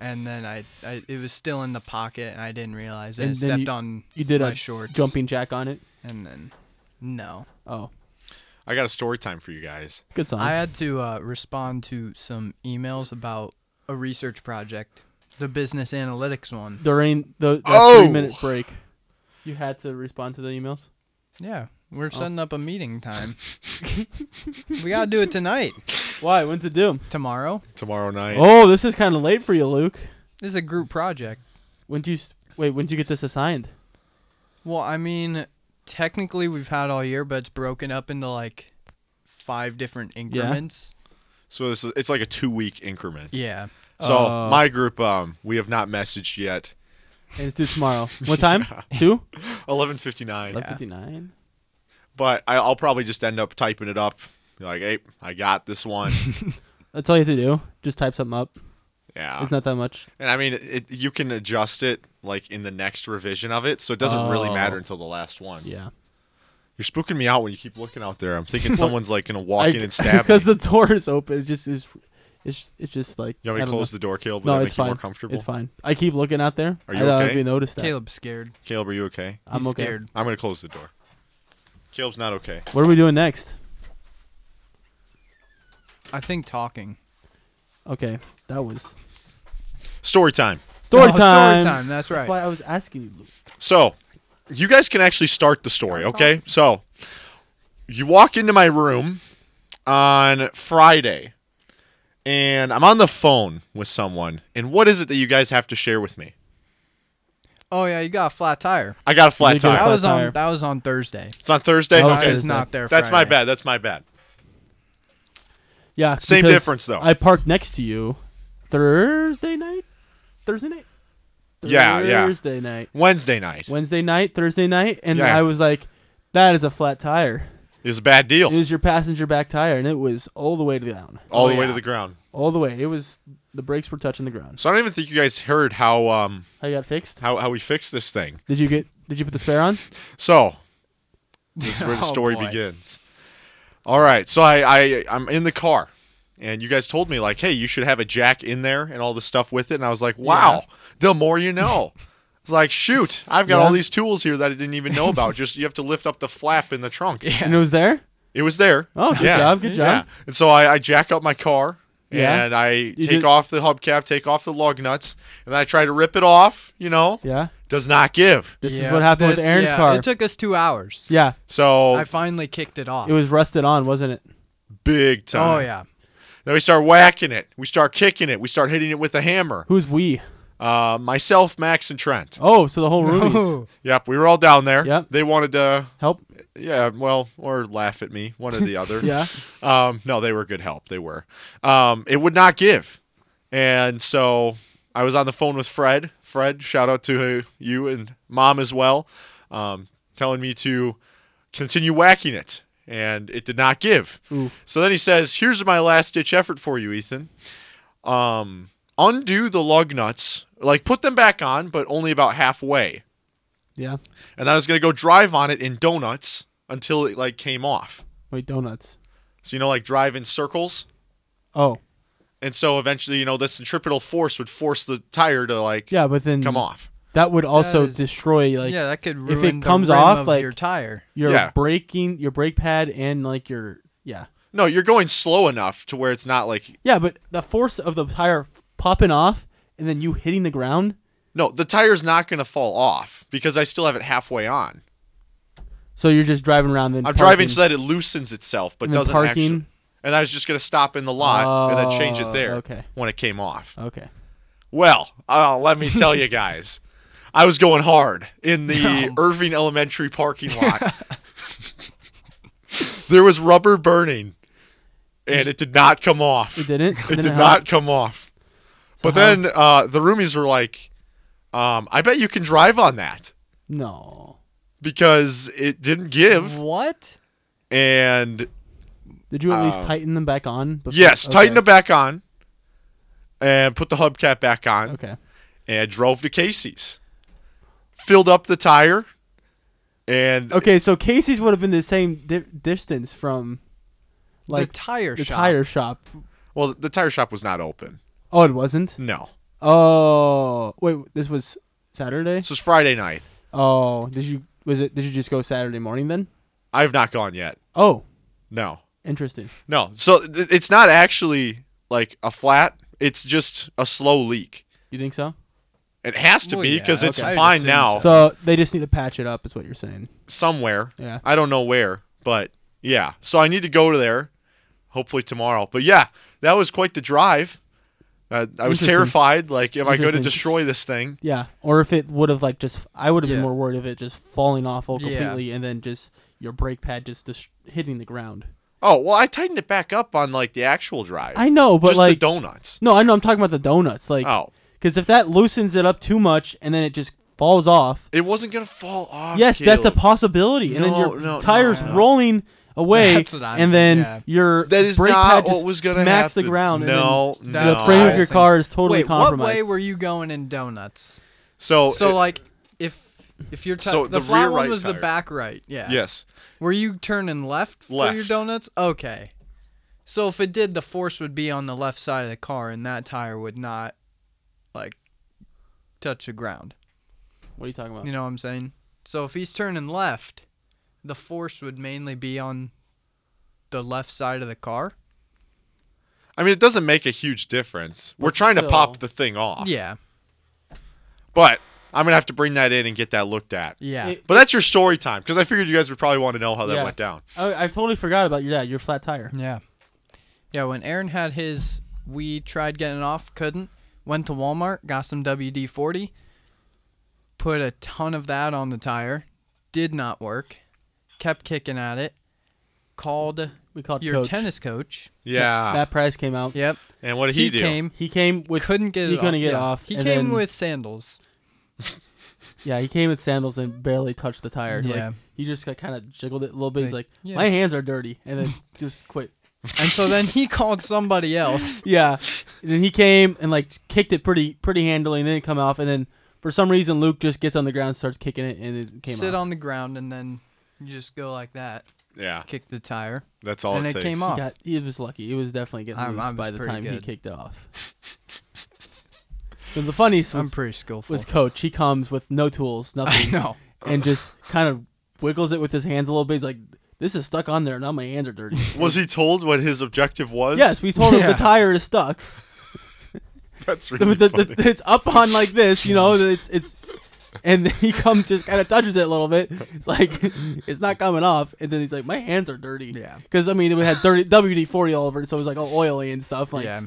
Speaker 4: and then I, I it was still in the pocket and I didn't realize it.
Speaker 3: And
Speaker 4: I
Speaker 3: then
Speaker 4: stepped
Speaker 3: you-
Speaker 4: on
Speaker 3: You did
Speaker 4: my
Speaker 3: a
Speaker 4: shorts
Speaker 3: jumping jack on it?
Speaker 4: and then no.
Speaker 3: Oh,
Speaker 2: I got a story time for you guys.
Speaker 3: good song.
Speaker 4: I had to uh, respond to some emails about a research project, the business analytics one.
Speaker 3: During the, the
Speaker 2: Oh!
Speaker 3: three minute break, you had to respond to the emails?
Speaker 4: Yeah, we're
Speaker 3: Oh.
Speaker 4: setting up a meeting time. we gotta do it tonight.
Speaker 3: Why? When's it due?
Speaker 4: Tomorrow.
Speaker 2: Tomorrow night.
Speaker 3: Oh, this is kind of late for you, Luke.
Speaker 4: This is a group project.
Speaker 3: When do you. s- Wait, when did you get this assigned?
Speaker 4: Well, I mean, technically we've had all year, but it's broken up into like five different increments.
Speaker 2: So this is, it's like a two week increment.
Speaker 4: Yeah.
Speaker 2: So
Speaker 3: Oh.
Speaker 2: my group, um, we have not messaged yet.
Speaker 3: And it's due tomorrow. What time? Two?
Speaker 2: Eleven fifty nine.
Speaker 3: 11.59?
Speaker 2: But I, I'll probably just end up typing it up. Be like, hey, I got this one.
Speaker 3: That's all you have to do. Just type something up.
Speaker 2: yeah.
Speaker 3: It's not that much.
Speaker 2: And I mean, it, you can adjust it like in the next revision of it, so it doesn't really
Speaker 3: Oh.
Speaker 2: matter until the last one.
Speaker 3: Yeah.
Speaker 2: You're spooking me out when you keep looking out there. I'm thinking someone's like gonna walk in and stab me.
Speaker 3: Because the door is open. It just is. It's, it's just like.
Speaker 2: You
Speaker 3: I
Speaker 2: want me to
Speaker 3: don't know.
Speaker 2: close the door, Caleb? Would
Speaker 3: No,
Speaker 2: that
Speaker 3: it's
Speaker 2: make you
Speaker 3: fine.
Speaker 2: more comfortable?
Speaker 3: It's fine. I keep looking out there.
Speaker 2: Are you
Speaker 3: I don't know
Speaker 2: okay?
Speaker 3: if you noticed that.
Speaker 4: Caleb's scared.
Speaker 2: Caleb, are you okay?
Speaker 4: He's
Speaker 3: I'm okay.
Speaker 4: scared.
Speaker 2: I'm gonna close the door. Caleb's not okay.
Speaker 3: What are we doing next?
Speaker 4: I think talking.
Speaker 3: Okay, that was
Speaker 2: Story time.
Speaker 3: story
Speaker 4: Oh,
Speaker 3: time.
Speaker 4: Story time. That's right.
Speaker 3: That's why I was asking you, Luke.
Speaker 2: So, you guys can actually start the story, okay? So, you walk into my room on Friday, and I'm on the phone with someone. And what is it that you guys have to share with me?
Speaker 4: Oh yeah, you got a flat tire.
Speaker 2: I got a flat
Speaker 3: You get a
Speaker 2: tire.
Speaker 4: That was
Speaker 3: tire.
Speaker 4: on that was on Thursday.
Speaker 2: It's on Thursday.
Speaker 3: That
Speaker 4: I
Speaker 3: was
Speaker 2: Okay.
Speaker 4: was
Speaker 3: Thursday.
Speaker 4: not there.
Speaker 2: That's my
Speaker 4: Oh, Friday.
Speaker 2: bad. That's my bad.
Speaker 3: Yeah.
Speaker 2: Same
Speaker 3: because
Speaker 2: difference, though.
Speaker 3: I parked next to you Thursday night? Thursday night?
Speaker 2: Yeah, yeah.
Speaker 3: Thursday night.
Speaker 2: Wednesday night.
Speaker 3: Wednesday night, Thursday night, and
Speaker 2: Yeah.
Speaker 3: I was like, that is a flat tire.
Speaker 2: It was a bad
Speaker 3: It
Speaker 2: deal.
Speaker 3: was your passenger back tire, and it was all the way to the down.
Speaker 2: All the
Speaker 4: Oh,
Speaker 2: way
Speaker 4: yeah.
Speaker 2: to the ground.
Speaker 3: All the way. It was, the brakes were touching the ground.
Speaker 2: So I don't even think you guys heard how um
Speaker 3: How you got fixed?
Speaker 2: how, how we fixed this thing.
Speaker 3: Did you get, did you put the spare on?
Speaker 2: So this is where the
Speaker 4: Oh,
Speaker 2: story
Speaker 4: boy.
Speaker 2: begins. All right, so I, I I'm in the car, and you guys told me like, hey, you should have a jack in there and all the stuff with it, and I was like, wow, the more you know. It's like, shoot, I've got
Speaker 3: Yeah.
Speaker 2: all these tools here that I didn't even know about. Just you have to lift up the flap in the trunk.
Speaker 3: And it was there?
Speaker 2: It was there.
Speaker 3: Oh, good
Speaker 2: Yeah.
Speaker 3: job, good job.
Speaker 2: Yeah. And so I, I jack up my car
Speaker 3: Yeah.
Speaker 2: and I take
Speaker 3: did-
Speaker 2: off the hubcap, take off the lug nuts, and then I try to rip it off, you know,
Speaker 3: Yeah.
Speaker 2: does not give.
Speaker 3: This is
Speaker 4: Yeah,
Speaker 3: what happened with
Speaker 4: this-
Speaker 3: Aaron's
Speaker 4: yeah,
Speaker 3: car.
Speaker 4: It took us two hours.
Speaker 3: yeah.
Speaker 2: So
Speaker 4: I finally kicked it off.
Speaker 3: It was rusted on, wasn't it?
Speaker 2: big time.
Speaker 4: oh yeah.
Speaker 2: Then we start whacking it. We start kicking it. We start hitting it with a hammer.
Speaker 3: Who's we?
Speaker 2: Uh, myself, Max, and Trent.
Speaker 3: Oh, so the whole roomies.
Speaker 4: Oh,
Speaker 2: Yep, we were all down there.
Speaker 3: Yep.
Speaker 2: They wanted to,
Speaker 3: Help.
Speaker 2: yeah, well, or laugh at me, one or the other.
Speaker 3: Yeah.
Speaker 2: Um, no, they were good help. They were. Um, it would not give, and so I was on the phone with Fred. Fred, shout out to you and mom as well, um, telling me to continue whacking it, and it did not give.
Speaker 3: Ooh.
Speaker 2: So then he says, "Here's my last ditch effort for you, Ethan. Um, undo the lug nuts, like put them back on, but only about halfway,
Speaker 3: Yeah.
Speaker 2: and then I was gonna go drive on it in donuts until it like came off.
Speaker 3: Wait, donuts.
Speaker 2: So you know, like drive in circles."
Speaker 3: Oh,
Speaker 2: And so eventually, you know, the centripetal force would force the tire to like
Speaker 3: yeah, but then
Speaker 2: come off.
Speaker 3: that would also
Speaker 4: is-
Speaker 3: destroy like
Speaker 4: yeah, that could ruin
Speaker 3: it
Speaker 4: the
Speaker 3: comes
Speaker 4: rim
Speaker 3: off,
Speaker 4: of
Speaker 3: like-
Speaker 4: your tire.
Speaker 3: your
Speaker 2: Yeah.
Speaker 3: braking, your brake pad, and like your yeah,
Speaker 2: No, you're going slow enough to where it's not like
Speaker 3: yeah. But the force of the tire popping off and then you hitting the ground.
Speaker 2: no, the tire's not going to fall off because I still have it halfway on.
Speaker 3: So you're just driving around. Then
Speaker 2: I'm driving
Speaker 3: parking.
Speaker 2: so that it loosens itself, but
Speaker 3: And then
Speaker 2: doesn't actually.
Speaker 3: parking?
Speaker 2: And I was just going to stop in the lot and then change it
Speaker 3: Oh,
Speaker 2: there
Speaker 3: okay.
Speaker 2: when it came off.
Speaker 3: okay.
Speaker 2: Well, uh, let me tell you guys, I was going hard in the Irving Elementary parking lot. there was rubber burning, and it did not come off.
Speaker 3: It didn't.
Speaker 2: It
Speaker 3: didn't
Speaker 2: did
Speaker 3: help.
Speaker 2: not come off. But
Speaker 3: how-
Speaker 2: then uh, the roomies were like, um, I bet you can drive on that
Speaker 3: No.
Speaker 2: because it didn't give.
Speaker 4: What?
Speaker 2: And
Speaker 3: Did you at least
Speaker 2: Um,
Speaker 3: tighten them back on? Before?
Speaker 2: yes, tighten it
Speaker 3: okay.
Speaker 2: back on and put the hubcap back on
Speaker 3: Okay.
Speaker 2: and drove to Casey's. Filled up the tire and
Speaker 3: Okay. So Casey's would have been the same di- distance from like
Speaker 4: the tire
Speaker 3: the
Speaker 4: shop.
Speaker 3: tire shop.
Speaker 2: well the tire shop was not open.
Speaker 3: Oh, it wasn't.
Speaker 2: No.
Speaker 3: Oh, wait. This was Saturday.
Speaker 2: This was Friday night.
Speaker 3: Oh, did you was it? Did you just go Saturday morning then?
Speaker 2: I have not gone yet.
Speaker 3: Oh,
Speaker 2: No.
Speaker 3: interesting.
Speaker 2: No. So th- it's not actually like a flat. It's just a slow leak.
Speaker 3: You think so?
Speaker 2: It has to
Speaker 4: Well,
Speaker 2: be
Speaker 4: yeah,
Speaker 2: because it's
Speaker 4: okay. I'd
Speaker 2: fine
Speaker 4: assume
Speaker 2: now
Speaker 3: So they just need to patch it up. Is what you're saying?
Speaker 2: somewhere.
Speaker 3: Yeah.
Speaker 2: I don't know where, but yeah. So I need to go to there, hopefully tomorrow. But yeah, that was quite the drive. Uh, I was
Speaker 3: Interesting.
Speaker 2: terrified. Like, am I going to
Speaker 3: Interesting.
Speaker 2: destroy this thing?
Speaker 3: Yeah. Or if it would have like just, I would have
Speaker 4: Yeah.
Speaker 3: been more worried if it just falling off all
Speaker 4: Yeah.
Speaker 3: completely and then just your brake pad just dis- hitting the ground.
Speaker 2: Oh well, I tightened it back up on like the actual drive.
Speaker 3: I know, but
Speaker 2: just
Speaker 3: like,
Speaker 2: the donuts.
Speaker 3: no, I know. I'm talking about the donuts. Like,
Speaker 2: Oh,
Speaker 3: because if that loosens it up too much and then it just falls off,
Speaker 2: it wasn't gonna fall off.
Speaker 3: yes, that's a
Speaker 2: Caleb.
Speaker 3: possibility. And then
Speaker 2: No,
Speaker 3: your
Speaker 2: no,
Speaker 3: tires
Speaker 2: no, no.
Speaker 3: rolling away,
Speaker 4: That's what I'm
Speaker 3: and then
Speaker 4: thinking, yeah.
Speaker 3: your
Speaker 2: that is
Speaker 3: brake
Speaker 2: not
Speaker 3: pad just
Speaker 2: what was gonna
Speaker 3: smacks
Speaker 2: happen.
Speaker 3: the ground. and then
Speaker 2: No,
Speaker 4: then
Speaker 2: no.
Speaker 3: the frame of your
Speaker 4: Honestly.
Speaker 3: car is totally
Speaker 4: Wait,
Speaker 3: compromised.
Speaker 4: what way were you going in donuts?
Speaker 2: so
Speaker 4: So
Speaker 2: it-
Speaker 4: like, if if your ti-
Speaker 2: So the
Speaker 4: the, flat
Speaker 2: rear
Speaker 4: one
Speaker 2: right
Speaker 4: was
Speaker 2: tire.
Speaker 4: the back right, yeah.
Speaker 2: yes,
Speaker 4: Were you turning left for your
Speaker 2: Left.
Speaker 4: donuts? Okay. So if it did, the force would be on the left side of the car, and that tire would not, like, touch the ground.
Speaker 3: What are you talking about?
Speaker 4: You know what I'm saying? So if he's turning left, the force would mainly be on the left side of the car.
Speaker 2: I mean it doesn't make a huge difference. We're
Speaker 3: But
Speaker 2: trying to
Speaker 3: still.
Speaker 2: pop the thing off.
Speaker 4: Yeah,
Speaker 2: But I'm gonna have to bring that in and get that looked at.
Speaker 4: yeah.
Speaker 3: It-
Speaker 2: But that's your story time because I figured you guys would probably want to know how that
Speaker 3: Yeah.
Speaker 2: went down.
Speaker 3: oh, I, I totally forgot about your dad. Your flat tire.
Speaker 4: Yeah. Yeah, when Aaron had his, we tried getting off, couldn't. Went to Walmart, got some WD 40, Put a ton of that on the tire. Did not work. Kept kicking at it. Called
Speaker 3: We called
Speaker 4: your
Speaker 3: coach.
Speaker 4: tennis coach.
Speaker 2: Yeah.
Speaker 3: That prize came out.
Speaker 4: Yep.
Speaker 2: and what did he, do?
Speaker 4: came.
Speaker 3: He came with
Speaker 4: couldn't get
Speaker 3: he
Speaker 4: it
Speaker 3: couldn't
Speaker 4: off.
Speaker 3: get
Speaker 4: yeah.
Speaker 3: off.
Speaker 4: He
Speaker 3: and
Speaker 4: came
Speaker 3: then-
Speaker 4: with sandals.
Speaker 3: yeah. He came with sandals and barely touched the tire.
Speaker 4: Yeah.
Speaker 3: Like, he just kind of jiggled it a little bit. He's
Speaker 4: Like,
Speaker 3: like,
Speaker 4: yeah.
Speaker 3: my hands are dirty, and then just quit.
Speaker 4: And so then he called somebody else.
Speaker 3: Yeah. And then he came and like kicked it pretty pretty handily, and then it come off, and then for some reason Luke just gets on the ground, starts kicking it, and it came
Speaker 4: Sit
Speaker 3: off.
Speaker 4: on the ground and then you just go like that.
Speaker 2: Yeah.
Speaker 4: Kick the tire.
Speaker 2: That's all
Speaker 4: and
Speaker 2: it,
Speaker 4: it
Speaker 2: takes.
Speaker 4: came
Speaker 3: He,
Speaker 4: off.
Speaker 3: got, he was lucky. It was definitely getting
Speaker 4: I'm-
Speaker 3: loose
Speaker 4: I'm
Speaker 3: by the
Speaker 4: pretty
Speaker 3: time he
Speaker 4: good.
Speaker 3: kicked it off. But the funniest
Speaker 4: I'm
Speaker 3: was,
Speaker 4: pretty skillful.
Speaker 3: was coach. He comes with no tools,
Speaker 4: I
Speaker 3: nothing,
Speaker 4: know.
Speaker 3: and just kind of wiggles it with his hands a little bit. He's like, "This is stuck on there. Now my hands are dirty."
Speaker 2: Was he told what his objective was?
Speaker 3: yes, we told him
Speaker 4: Yeah.
Speaker 3: the tire is stuck.
Speaker 2: That's
Speaker 3: The-
Speaker 2: really
Speaker 3: the- the-
Speaker 2: funny.
Speaker 3: it's up on like this, you know. It's it's, and then he comes just kind of touches it a little bit. It's like it's not coming off, and then he's like, "My hands are dirty."
Speaker 4: Yeah.
Speaker 3: Because I mean, we had dirty WD forty all over, it, so it was like all oily and stuff. Like,
Speaker 4: yeah.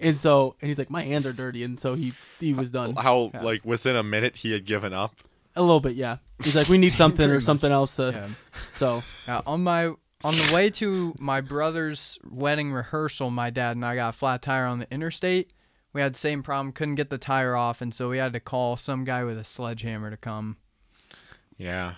Speaker 3: and so and he's like, "My hands are dirty," and so he he was done
Speaker 2: How
Speaker 4: Yeah.
Speaker 2: like within a minute he had given up.
Speaker 3: a little bit. Yeah. He's like, "We need something
Speaker 4: Pretty
Speaker 3: or
Speaker 4: much.
Speaker 3: something else to."
Speaker 4: Yeah.
Speaker 3: So
Speaker 4: Yeah, Uh, on my on the way to my brother's wedding rehearsal, my dad and I got a flat tire on the interstate. We had the same problem, couldn't get the tire off, and so we had to call some guy with a sledgehammer to come.
Speaker 2: Yeah.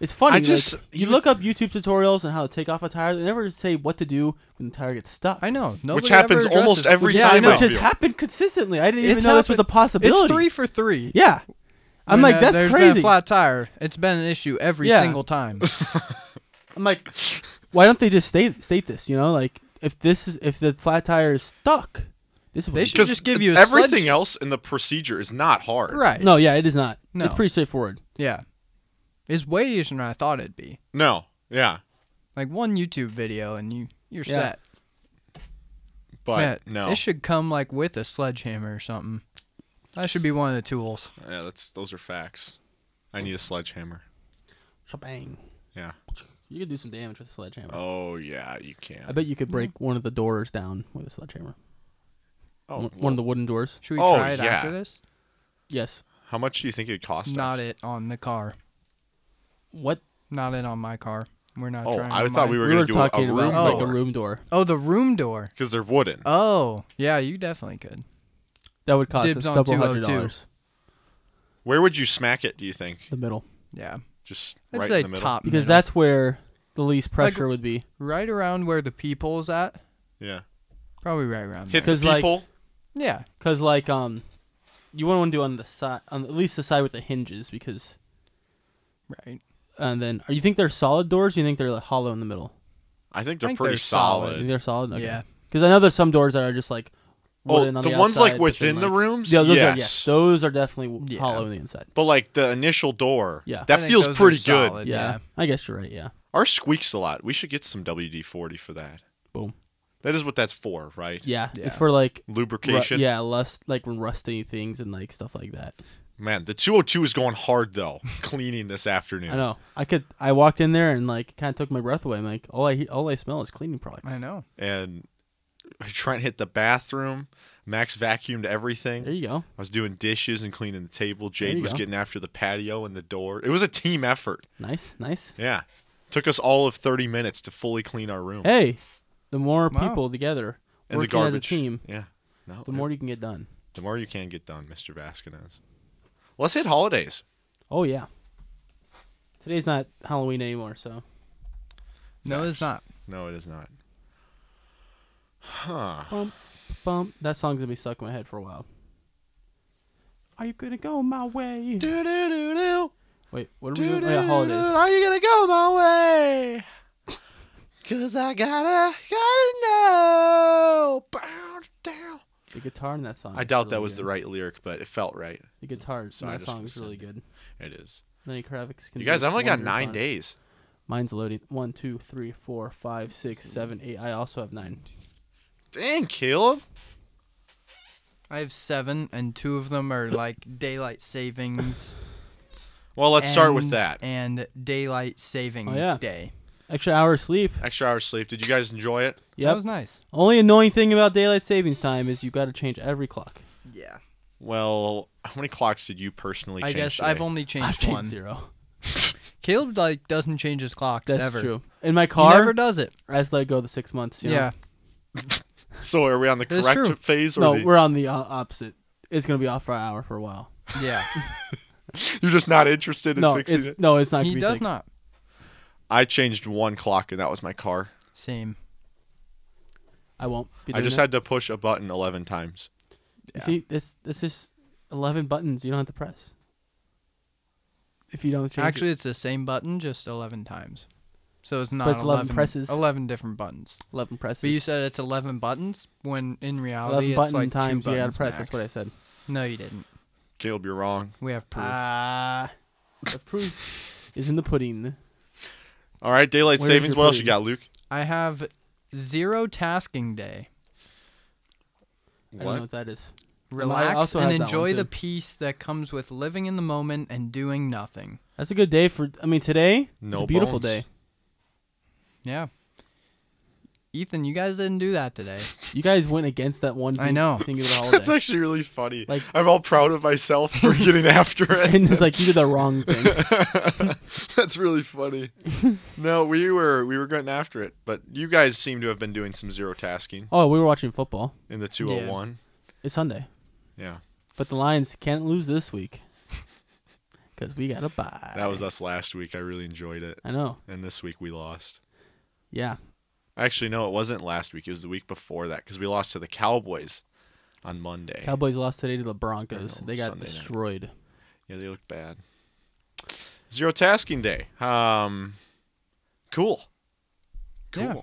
Speaker 3: it's funny.
Speaker 2: I
Speaker 3: like,
Speaker 2: just- you-
Speaker 3: you look up YouTube tutorials on how to take off a tire. They never say what to do when the tire gets stuck.
Speaker 4: I know. Nobody
Speaker 2: Which happens
Speaker 4: ever
Speaker 2: almost
Speaker 4: addresses-
Speaker 2: every
Speaker 4: Yeah, I
Speaker 2: time
Speaker 4: know.
Speaker 2: I
Speaker 3: which has
Speaker 2: feel.
Speaker 3: happened consistently. I didn't even
Speaker 4: It's
Speaker 3: know this was a
Speaker 4: happened-
Speaker 3: possibility.
Speaker 4: It's three for three.
Speaker 3: Yeah. I'm
Speaker 4: When,
Speaker 3: like,
Speaker 4: uh,
Speaker 3: that's
Speaker 4: there's
Speaker 3: crazy.
Speaker 4: been a flat tire. It's been an issue every
Speaker 3: Yeah.
Speaker 4: single time.
Speaker 3: I'm like, why don't they just state state this? You know, like if this is if the flat tire is stuck, this
Speaker 4: They
Speaker 3: would
Speaker 4: should just give you a
Speaker 2: everything
Speaker 4: sledge-
Speaker 2: else in the procedure is not hard.
Speaker 4: right.
Speaker 3: no, yeah, it is not.
Speaker 4: No.
Speaker 3: It's pretty straightforward.
Speaker 4: Yeah. It's way easier than I thought it'd be.
Speaker 2: No. Yeah.
Speaker 4: Like one YouTube video and you you're
Speaker 3: Yeah.
Speaker 4: set.
Speaker 2: But
Speaker 4: Yeah,
Speaker 2: no.
Speaker 4: It should come like with a sledgehammer or something. That should be one of the tools.
Speaker 2: Yeah, that's those are facts. I need a sledgehammer.
Speaker 3: Bang.
Speaker 2: Yeah.
Speaker 3: You could do some damage with a sledgehammer.
Speaker 2: Oh yeah, you can.
Speaker 3: I bet you could break one of the doors down with a sledgehammer.
Speaker 2: oh,
Speaker 3: One
Speaker 2: well,
Speaker 3: one of the wooden doors.
Speaker 4: Should we
Speaker 2: Oh,
Speaker 4: try it
Speaker 2: yeah.
Speaker 4: after this?
Speaker 3: Yes.
Speaker 2: how much do you think it cost
Speaker 4: Not
Speaker 2: us?
Speaker 4: it on the car.
Speaker 3: What
Speaker 4: Not it on my car. We're not
Speaker 2: Oh,
Speaker 4: trying.
Speaker 2: I
Speaker 4: on
Speaker 2: thought
Speaker 4: mine.
Speaker 2: we were
Speaker 3: we
Speaker 2: gonna
Speaker 3: were
Speaker 2: do a-
Speaker 3: talking
Speaker 2: a
Speaker 3: about,
Speaker 2: room
Speaker 3: like
Speaker 4: door.
Speaker 3: a room door
Speaker 4: Oh, the room door.
Speaker 2: because they're wooden.
Speaker 4: Oh, yeah, you definitely could.
Speaker 3: that would cost us
Speaker 4: Dibs on
Speaker 3: several hundred
Speaker 4: 202.
Speaker 3: dollars.
Speaker 2: Where would you smack it? Do you think
Speaker 3: The middle,
Speaker 4: Yeah,
Speaker 2: just
Speaker 4: I'd
Speaker 2: right
Speaker 4: say
Speaker 2: in the middle?
Speaker 4: top
Speaker 3: because
Speaker 4: middle.
Speaker 3: that's where the least pressure would be.
Speaker 4: right around where the peephole is at.
Speaker 2: Yeah,
Speaker 4: Probably right around
Speaker 2: hit
Speaker 4: there.
Speaker 2: the
Speaker 3: 'Cause, like-
Speaker 2: people.
Speaker 4: Yeah,
Speaker 3: Cause like um, you want to do on the side, on at least the side with the hinges, because
Speaker 4: right.
Speaker 3: and then you think they're solid doors? Or you think they're like hollow in the middle?
Speaker 2: I think they're
Speaker 4: think
Speaker 2: pretty
Speaker 4: they're
Speaker 3: You
Speaker 2: solid.
Speaker 4: solid.
Speaker 3: think they're solid? Okay.
Speaker 4: Yeah.
Speaker 3: Because I know there's some doors that are just like
Speaker 2: Oh,
Speaker 3: wooden on
Speaker 2: the
Speaker 3: the,
Speaker 2: ones, like,
Speaker 3: outside, but then,
Speaker 2: within the
Speaker 3: like-
Speaker 2: rooms?
Speaker 3: Yeah, those are
Speaker 2: Yes.
Speaker 3: yes. Those are definitely w
Speaker 4: Yeah.
Speaker 3: hollow on the inside.
Speaker 2: But like the initial door,
Speaker 3: Yeah.
Speaker 4: I
Speaker 2: that
Speaker 4: think
Speaker 2: feels
Speaker 4: those are
Speaker 2: pretty good.
Speaker 4: solid,
Speaker 3: Yeah. I guess you're right. Yeah.
Speaker 2: Our squeaks a lot. We should get some WD forty for that.
Speaker 3: Boom.
Speaker 2: That is what that's for, right?
Speaker 3: Yeah.
Speaker 4: Yeah.
Speaker 3: It's for like ru-
Speaker 2: Lubrication.
Speaker 3: yeah, lust like when rusty things and like stuff like that.
Speaker 2: Man, the 202 is going hard though. cleaning this afternoon.
Speaker 3: I know. I could. I walked in there and like kind of took my breath away. I'm like, all I he- all I smell is cleaning products.
Speaker 4: I know.
Speaker 2: And Trent hit the bathroom. Max vacuumed everything.
Speaker 3: There you go.
Speaker 2: I was doing dishes and cleaning the table.
Speaker 3: you
Speaker 2: Jade was
Speaker 3: go.
Speaker 2: getting after the patio and the door. It was a team effort.
Speaker 3: Nice. Nice.
Speaker 2: Yeah. Took us all of 30 minutes to fully clean our room
Speaker 3: Hey, the more
Speaker 4: Wow.
Speaker 3: people together
Speaker 2: and the
Speaker 3: working as a
Speaker 2: garbage.
Speaker 3: team,
Speaker 2: Yeah. No.
Speaker 3: the more you can get done.
Speaker 2: the more you can get done, Mr. Vasquez. Let's hit holidays.
Speaker 3: Oh yeah. Today's not Halloween anymore, so
Speaker 4: No, it's not.
Speaker 2: No, it is not. Huh.
Speaker 3: bump bump. That song's gonna be stuck in my head for a while. Are you gonna go my way?
Speaker 2: Do do do do.
Speaker 3: Wait, what are we doing? Wait, holidays.
Speaker 2: Are you gonna go my way? Cause I gotta gotta know. Bound down.
Speaker 3: The guitar in that song.
Speaker 2: I
Speaker 3: is
Speaker 2: doubt that
Speaker 3: really
Speaker 2: was the
Speaker 3: good.
Speaker 2: right lyric, but it felt right.
Speaker 3: The guitar in
Speaker 2: So I
Speaker 3: that
Speaker 2: just
Speaker 3: song is really
Speaker 2: listened.
Speaker 3: good.
Speaker 2: It is.
Speaker 3: Lenny Kravitz.
Speaker 2: You
Speaker 3: Can do
Speaker 2: guys, I've only got
Speaker 3: wonders
Speaker 2: nine
Speaker 3: on-
Speaker 2: days.
Speaker 3: Mine's loading. One, two, three, four, five, six, seven, eight. I also have nine.
Speaker 2: Dang, Caleb.
Speaker 4: I have seven, and two of them are like daylight savings.
Speaker 2: Well, let's start with
Speaker 4: ends
Speaker 2: that.
Speaker 4: And daylight saving
Speaker 3: Oh, yeah.
Speaker 4: day.
Speaker 3: Extra hour of sleep.
Speaker 2: Extra hour sleep. Did you guys enjoy it?
Speaker 4: That
Speaker 3: Yep.
Speaker 4: was nice.
Speaker 3: Only annoying thing about daylight savings time is you got to change every clock.
Speaker 4: Yeah.
Speaker 2: Well, how many clocks did you personally
Speaker 4: I
Speaker 2: change?
Speaker 4: guess
Speaker 2: today?
Speaker 4: I've only changed
Speaker 3: I've changed
Speaker 4: one.
Speaker 3: zero.
Speaker 4: Caleb like doesn't change his clocks
Speaker 3: That's
Speaker 4: ever.
Speaker 3: true. In my
Speaker 4: He
Speaker 3: car,
Speaker 4: never does it.
Speaker 3: I just let it go the six months. You know?
Speaker 4: yeah.
Speaker 2: So are we on the
Speaker 4: That's
Speaker 2: correct
Speaker 4: true.
Speaker 2: phase or
Speaker 3: No,
Speaker 2: the-
Speaker 3: we're on the uh, opposite. It's gonna be off for an hour for a while.
Speaker 4: Yeah.
Speaker 2: you're just not interested in
Speaker 3: No,
Speaker 2: fixing
Speaker 3: it's
Speaker 2: it?
Speaker 3: no, it's not.
Speaker 4: he
Speaker 3: gonna be
Speaker 4: does
Speaker 3: fixed.
Speaker 4: not.
Speaker 2: I changed one clock and that was my car.
Speaker 4: Same.
Speaker 3: I won't. Be
Speaker 2: I just had to push a button 11 times.
Speaker 4: yeah.
Speaker 3: See, this this is eleven buttons. You don't have to press. If you don't change. it.
Speaker 4: Actually, it's the same button just 11 times. So it's not
Speaker 3: it's 11 presses.
Speaker 4: 11 different buttons.
Speaker 3: eleven presses.
Speaker 4: But you said it's 11 buttons when in reality
Speaker 3: eleven
Speaker 4: it's
Speaker 3: button
Speaker 4: like
Speaker 3: times
Speaker 4: two
Speaker 3: you gotta
Speaker 4: buttons
Speaker 3: press.
Speaker 4: max.
Speaker 3: That's what I said.
Speaker 4: No, you didn't.
Speaker 2: Caleb, you're wrong.
Speaker 4: We have proof.
Speaker 3: Ah, the proof is in the pudding.
Speaker 2: All right, daylight
Speaker 3: Where's
Speaker 2: savings.
Speaker 3: your
Speaker 2: What else you
Speaker 3: pudding?
Speaker 2: got, Luke?
Speaker 4: I have zero tasking day.
Speaker 3: I don't know
Speaker 2: What?
Speaker 3: what that is. Well, I
Speaker 4: Relax
Speaker 3: also
Speaker 4: and
Speaker 3: have that
Speaker 4: enjoy
Speaker 3: one,
Speaker 4: the
Speaker 3: too.
Speaker 4: peace that comes with living in the moment and doing nothing.
Speaker 3: That's a good day for. I mean, today
Speaker 2: No
Speaker 3: it's a beautiful
Speaker 2: bones.
Speaker 3: day.
Speaker 4: Yeah. Ethan, you guys didn't do that today.
Speaker 3: You guys went against that one.
Speaker 4: I
Speaker 3: sing-
Speaker 4: know.
Speaker 3: singular
Speaker 2: That's
Speaker 3: holiday.
Speaker 2: actually really funny.
Speaker 3: Like-
Speaker 2: I'm all proud of myself for getting after it.
Speaker 3: and it's like you did the wrong thing.
Speaker 2: That's really funny. No, we were we were getting after it, but you guys seem to have been doing some zero tasking
Speaker 3: Oh, we were watching football.
Speaker 2: in the 201.
Speaker 3: It's Sunday,
Speaker 2: Yeah,
Speaker 3: but the Lions can't lose this week because we got a bye.
Speaker 2: that was us last week. I really enjoyed it,
Speaker 3: I know.
Speaker 2: and this week we lost.
Speaker 3: Yeah.
Speaker 2: Actually, no, it wasn't last week. It was the week before that because we lost to the Cowboys on Monday.
Speaker 3: Cowboys lost today to the Broncos.
Speaker 2: Or no,
Speaker 3: They got
Speaker 2: Sunday night.
Speaker 3: destroyed.
Speaker 2: Yeah, they looked bad. Zero tasking day. Um, cool. Cool.
Speaker 4: Yeah.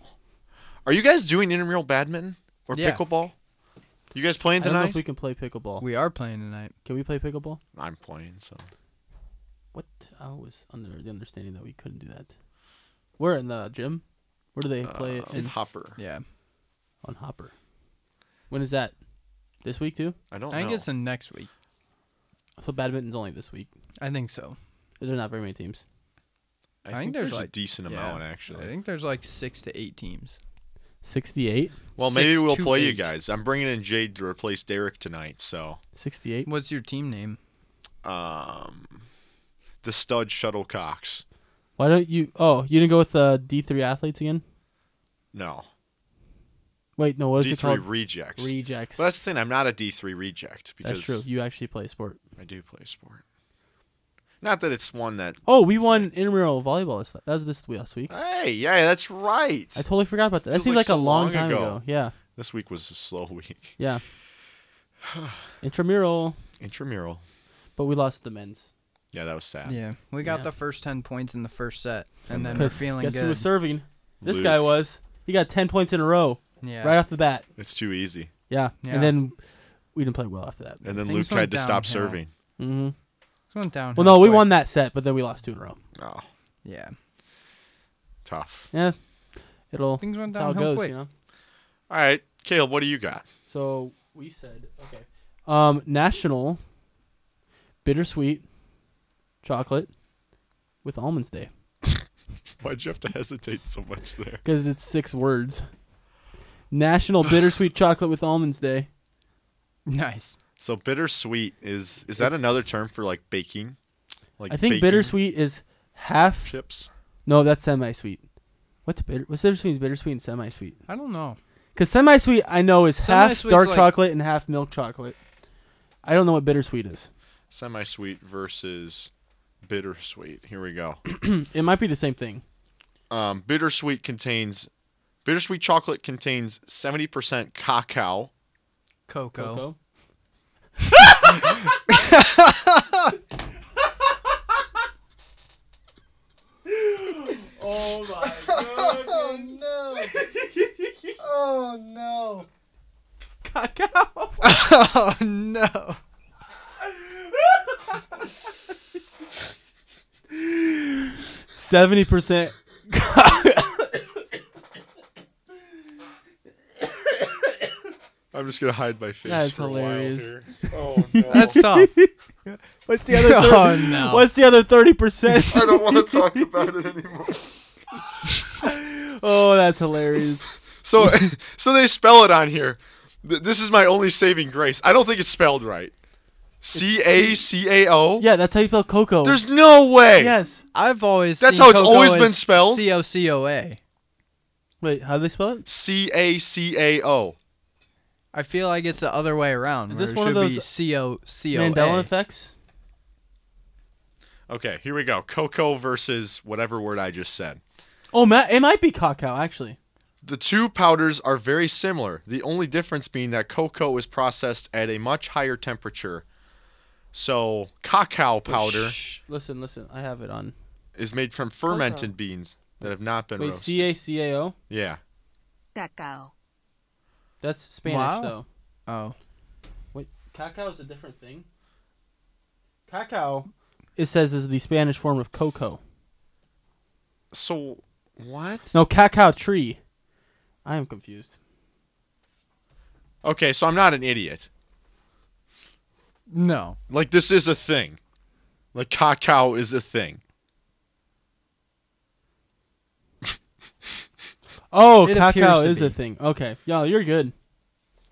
Speaker 2: Are you guys doing intramural badminton or
Speaker 4: Yeah.
Speaker 2: pickleball? You guys playing
Speaker 3: I don't know
Speaker 2: tonight?
Speaker 3: if we can play pickleball.
Speaker 4: We are playing tonight.
Speaker 3: can we play pickleball?
Speaker 2: I'm playing, so
Speaker 3: What? I was under the understanding that we couldn't do that. We're in the gym. Where do they play it?
Speaker 2: uh,
Speaker 3: in-
Speaker 2: Hopper.
Speaker 4: Yeah.
Speaker 3: on Hopper. When is that? This week too?
Speaker 2: I don't
Speaker 4: I think
Speaker 2: know.
Speaker 4: it's in next week.
Speaker 3: So badminton's only this week.
Speaker 4: I think so.
Speaker 3: Is there not very many teams?
Speaker 2: I
Speaker 4: I
Speaker 2: think
Speaker 4: think
Speaker 2: there's,
Speaker 4: there's
Speaker 2: a decent
Speaker 4: yeah,
Speaker 2: amount
Speaker 4: I
Speaker 2: actually.
Speaker 4: think there's like six to eight teams.
Speaker 3: Sixty-eight.
Speaker 2: Well, maybe
Speaker 4: six
Speaker 2: we'll
Speaker 4: to
Speaker 2: play you
Speaker 4: eight.
Speaker 2: guys. I'm bringing in Jade to replace Derek tonight, so
Speaker 3: Sixty-eight.
Speaker 4: What's your team name?
Speaker 2: um, the stud shuttlecocks.
Speaker 3: Why don't you? Oh, you didn't go with uh, D three athletes again?
Speaker 2: No,
Speaker 3: Wait, no. What is
Speaker 2: D
Speaker 3: it
Speaker 2: three
Speaker 3: called?
Speaker 2: rejects.
Speaker 3: Rejects.
Speaker 2: Well, that's the thing. I'm not a D3 reject because
Speaker 3: That's true. You actually play a sport.
Speaker 2: I do play a sport. Not that it's one that.
Speaker 3: Oh, we won intramural volleyball. this- That was this week- last week.
Speaker 2: Hey, yeah, that's right.
Speaker 3: I totally forgot about that. That
Speaker 2: Feels
Speaker 3: seems
Speaker 2: like
Speaker 3: like,
Speaker 2: so
Speaker 3: a long,
Speaker 2: long
Speaker 3: time
Speaker 2: ago.
Speaker 3: ago. Yeah,
Speaker 2: this week was a slow week.
Speaker 3: yeah. intramural,
Speaker 2: Intramural.
Speaker 3: but we lost the men's.
Speaker 2: Yeah, that was sad.
Speaker 4: Yeah, we got
Speaker 3: Yeah.
Speaker 4: the first ten points in the first set, and then we're
Speaker 3: 'Cause
Speaker 4: feeling
Speaker 3: guess who
Speaker 4: good.
Speaker 3: was serving? This
Speaker 2: Luke.
Speaker 3: guy was. He got ten points in a row
Speaker 4: Yeah,
Speaker 3: right off the bat.
Speaker 2: It's too easy.
Speaker 3: Yeah.
Speaker 4: Yeah.
Speaker 3: And then we didn't play well after that.
Speaker 2: And then
Speaker 4: Things
Speaker 2: Luke tried
Speaker 4: went
Speaker 2: to stop
Speaker 4: downhill.
Speaker 2: serving.
Speaker 3: Mm-hmm.
Speaker 4: It's going down.
Speaker 3: Well, no, we won that set, but then we lost two in a row.
Speaker 2: Oh,
Speaker 4: Yeah,
Speaker 2: tough.
Speaker 3: Yeah. It'll.
Speaker 4: Things went
Speaker 3: that's how it
Speaker 4: downhill
Speaker 3: goes,
Speaker 4: quick.
Speaker 3: you know?
Speaker 2: All right, Caleb, what do you got?
Speaker 3: So we said, okay. Um, National Bittersweet Chocolate with Almonds Day.
Speaker 2: Why'd you have to hesitate so much there?
Speaker 3: Because it's six words. National Bittersweet Chocolate with Almonds Day.
Speaker 4: nice.
Speaker 2: So bittersweet is is that
Speaker 3: It's-
Speaker 2: another term for like baking? Like
Speaker 3: I think
Speaker 2: baking
Speaker 3: bittersweet is half.
Speaker 2: chips.
Speaker 3: No, that's semi sweet. What's bitter? What's the difference between bittersweet and semi sweet?
Speaker 4: I don't know.
Speaker 3: Because semi sweet, I know, is half
Speaker 4: Semi-sweet's
Speaker 3: dark
Speaker 4: like-
Speaker 3: chocolate and half milk chocolate. I don't know what bittersweet is.
Speaker 2: Semi-sweet versus bittersweet. Here we go.
Speaker 3: It might be the same thing.
Speaker 2: um, bittersweet contains bittersweet chocolate contains 70% cacao
Speaker 4: Coco.
Speaker 3: Cocoa.
Speaker 4: Oh no! oh no!
Speaker 3: Cacao.
Speaker 4: Oh no!
Speaker 3: Seventy percent.
Speaker 2: i'm just gonna hide my face
Speaker 3: That's
Speaker 2: for
Speaker 3: hilarious.
Speaker 2: a while here. oh no
Speaker 4: That's tough.
Speaker 3: What's the other?
Speaker 4: Oh,
Speaker 3: thirty-
Speaker 4: no.
Speaker 3: What's the other thirty percent?
Speaker 2: i don't want to talk about it anymore
Speaker 3: Oh, that's hilarious.
Speaker 2: so so they spell it on here Th- this is my only saving grace i don't think it's spelled right C A C A O.
Speaker 3: Yeah, that's how you spell Coco.
Speaker 2: There's no way.
Speaker 3: yes.
Speaker 4: I've always
Speaker 2: That's
Speaker 4: seen
Speaker 2: how it's
Speaker 4: Coco
Speaker 2: always
Speaker 4: as
Speaker 2: been spelled?
Speaker 4: C O C O A.
Speaker 3: Wait, how do they spell it?
Speaker 2: C A C A O.
Speaker 4: I feel like it's the other way around.
Speaker 3: Is
Speaker 4: where
Speaker 3: this
Speaker 4: it
Speaker 3: one of
Speaker 4: should be
Speaker 3: those
Speaker 4: C O C O
Speaker 3: Mandela
Speaker 4: A.
Speaker 3: effects.
Speaker 2: Okay, here we go. Coco versus whatever word I just said.
Speaker 3: Oh, ma- it might be cacao actually.
Speaker 2: The two powders are very similar, the only difference being that cocoa is processed at a much higher temperature. So, cacao powder
Speaker 3: Shh. Listen, listen. I have it on.
Speaker 2: is made from fermented beans that have not been
Speaker 3: Wait,
Speaker 2: roasted.
Speaker 3: C A C A O.
Speaker 2: yeah.
Speaker 5: cacao,
Speaker 3: That's Spanish
Speaker 4: Wow.
Speaker 3: though.
Speaker 4: Oh,
Speaker 3: Wait, cacao is a different thing. Cacao. It says is the Spanish form of cocoa.
Speaker 2: So, what?
Speaker 3: No, cacao tree. I am confused.
Speaker 2: Okay, so I'm not an idiot.
Speaker 4: no.
Speaker 2: Like, this is a thing. Like, cacao is a thing.
Speaker 3: Oh,
Speaker 4: It
Speaker 3: cacao
Speaker 4: appears to
Speaker 3: is a
Speaker 4: be.
Speaker 3: thing. Okay, y'all, you're good.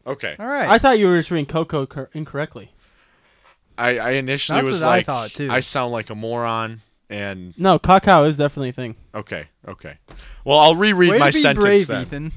Speaker 2: Okay.
Speaker 4: All right.
Speaker 3: I thought you were just reading cocoa cor- incorrectly.
Speaker 2: I, I initially
Speaker 4: That's
Speaker 2: was
Speaker 4: what I
Speaker 2: like,
Speaker 4: thought, too.
Speaker 2: I sound like a moron, and
Speaker 3: No, cacao is definitely a thing.
Speaker 2: Okay. Okay. Well, I'll reread
Speaker 4: way
Speaker 2: my
Speaker 4: to be
Speaker 2: sentence
Speaker 4: brave,
Speaker 2: then.
Speaker 4: Ethan.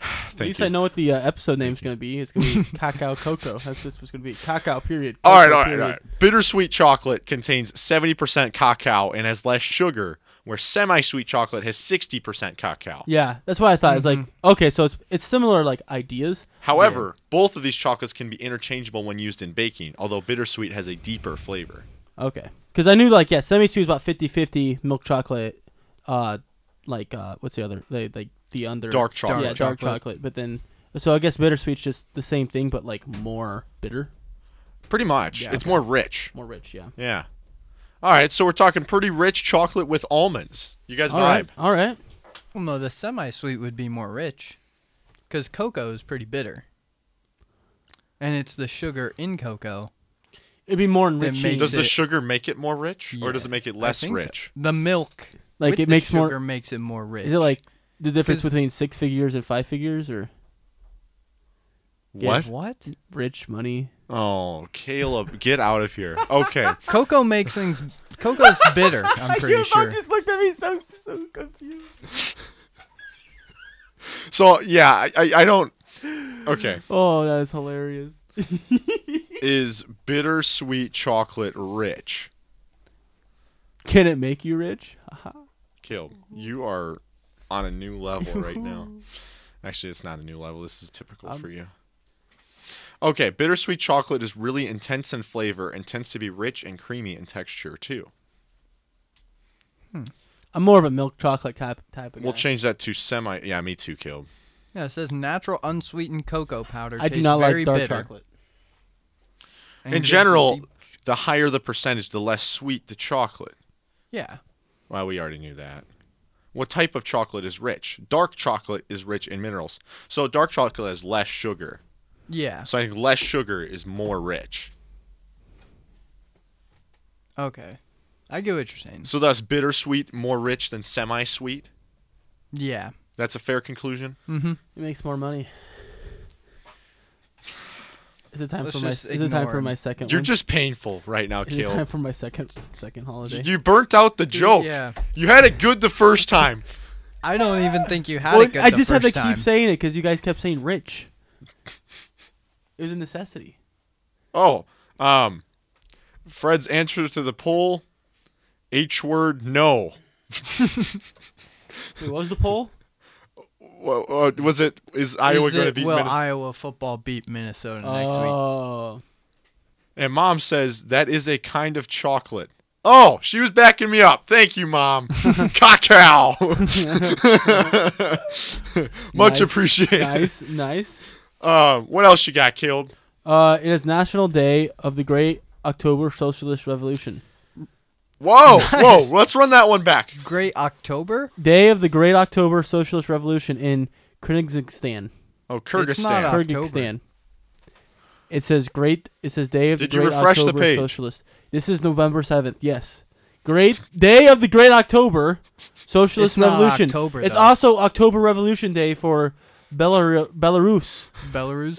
Speaker 3: At
Speaker 2: Thank
Speaker 3: least
Speaker 2: you.
Speaker 3: I know what the uh, episode name's going to be. It's going to be cacao cocoa. That's just what's going to be. Cacao period.
Speaker 2: All right,
Speaker 3: Cocoa,
Speaker 2: all right, all
Speaker 3: period.
Speaker 2: right. Bittersweet chocolate contains 70% cacao and has less sugar, where semi-sweet chocolate has 60% cacao.
Speaker 3: Yeah, that's what I thought. It's like
Speaker 2: Mm-hmm.
Speaker 3: okay, so it's it's similar like ideas.
Speaker 2: However, both of these chocolates can be interchangeable when used in baking, although bittersweet has a deeper flavor.
Speaker 3: Okay, because I knew like yeah, semi sweet is about 50-50 milk chocolate, uh, like uh, what's the other like like the under
Speaker 2: Dark chocolate.
Speaker 3: yeah dark chocolate. But then so I guess bittersweet's just the same thing, but like more bitter,
Speaker 2: Pretty much.
Speaker 4: Yeah,
Speaker 2: it's more rich.
Speaker 3: more rich. Yeah.
Speaker 2: Yeah. All right, so we're talking pretty rich chocolate with almonds. You guys
Speaker 3: All
Speaker 2: vibe.
Speaker 3: right. All right.
Speaker 4: Well, no, the semi-sweet would be more rich, because cocoa is pretty bitter, and it's the sugar in cocoa.
Speaker 3: It'd be more enriching.
Speaker 4: makes
Speaker 2: Does the
Speaker 4: it-
Speaker 2: sugar make it more rich or
Speaker 4: Yeah,
Speaker 2: does it make it
Speaker 4: I
Speaker 2: less
Speaker 4: think so.
Speaker 2: rich?
Speaker 4: The milk,
Speaker 3: Like,
Speaker 4: with
Speaker 3: it
Speaker 4: the
Speaker 3: makes more-
Speaker 4: sugar makes it more rich.
Speaker 3: Is it like the difference
Speaker 4: 'Cause-
Speaker 3: between six figures and five figures or Yeah.
Speaker 2: What?
Speaker 4: what?
Speaker 3: rich money?
Speaker 2: Oh, Caleb, get out of here. Okay.
Speaker 4: Cocoa makes things. Cocoa's bitter. I'm pretty sure.
Speaker 3: looked at me so so confused.
Speaker 2: So yeah, I, I, I don't. Okay,
Speaker 3: Oh, that is hilarious.
Speaker 2: is bittersweet chocolate rich?
Speaker 3: Can it make you rich?
Speaker 2: Caleb, you are on a new level right now. Actually, it's not a new level. This is typical for you. Okay, bittersweet chocolate is really intense in flavor and tends to be rich and creamy in texture too.
Speaker 3: I'm more of a milk chocolate type type of guy.
Speaker 2: We'll change that to semi. Yeah, me too, Caleb.
Speaker 4: Yeah, it says natural unsweetened cocoa powder.
Speaker 3: I do
Speaker 4: tastes
Speaker 3: not
Speaker 4: very
Speaker 3: like dark
Speaker 4: bitter
Speaker 3: chocolate.
Speaker 4: and
Speaker 2: In
Speaker 4: gives a
Speaker 2: general,
Speaker 4: deep-
Speaker 2: the higher the percentage, the less sweet the chocolate.
Speaker 4: yeah,
Speaker 2: Well, we already knew that. What type of chocolate is rich? Dark chocolate is rich in minerals. So dark chocolate has less sugar.
Speaker 4: yeah.
Speaker 2: So I think less sugar is more rich.
Speaker 4: Okay, I get what you're saying.
Speaker 2: So thus bittersweet more rich than semi-sweet.
Speaker 4: Yeah,
Speaker 2: That's a fair conclusion.
Speaker 3: It makes more money. Is it time
Speaker 4: Let's
Speaker 3: for my? Is
Speaker 4: just
Speaker 3: it time
Speaker 4: ignore
Speaker 3: for
Speaker 4: him.
Speaker 3: my second?
Speaker 2: You're
Speaker 3: one?
Speaker 2: just painful right now,
Speaker 3: Is it time
Speaker 2: Caleb.
Speaker 3: for my second second holiday?
Speaker 2: You burnt out the joke.
Speaker 4: yeah.
Speaker 2: You had it good the first time.
Speaker 4: I don't even think you had
Speaker 3: Well,
Speaker 4: it good
Speaker 3: I
Speaker 4: the
Speaker 3: just had
Speaker 4: first
Speaker 3: to
Speaker 4: time.
Speaker 3: keep saying it because you guys kept saying rich. it was a necessity.
Speaker 2: Oh, um, Fred's answer to the poll, H word no.
Speaker 3: Wait, what was the poll?
Speaker 2: Wa- wa- uh, was it? Is Iowa
Speaker 4: Is
Speaker 2: going to
Speaker 4: it-
Speaker 2: beat
Speaker 4: will
Speaker 2: Minnesota?
Speaker 4: Iowa football beat Minnesota next week?
Speaker 3: oh,
Speaker 2: And mom says, that is a kind of chocolate. Oh, she was backing me up. Thank you, mom. Cacao. Much
Speaker 3: Nice,
Speaker 2: appreciated.
Speaker 3: nice, nice.
Speaker 2: Uh, what else you got, Caleb?
Speaker 3: Uh, it is National Day of the Great October Socialist Revolution.
Speaker 2: Whoa, whoa. Let's run that one back.
Speaker 4: Great October.
Speaker 3: Day of the Great October Socialist Revolution in Kyrgyzstan.
Speaker 2: Oh,
Speaker 4: It's not
Speaker 2: Kyrgyzstan.
Speaker 4: October.
Speaker 3: Kyrgyzstan. It says great. It says day of
Speaker 2: Did
Speaker 3: the
Speaker 2: you
Speaker 3: great
Speaker 2: refresh the
Speaker 3: October
Speaker 2: page?
Speaker 3: socialist. This is November seventh. Yes, great day of the great October socialist
Speaker 4: It's not
Speaker 3: revolution.
Speaker 4: October,
Speaker 3: it's
Speaker 4: though.
Speaker 3: also October Revolution Day for Belar- Belarus.
Speaker 4: Belarus.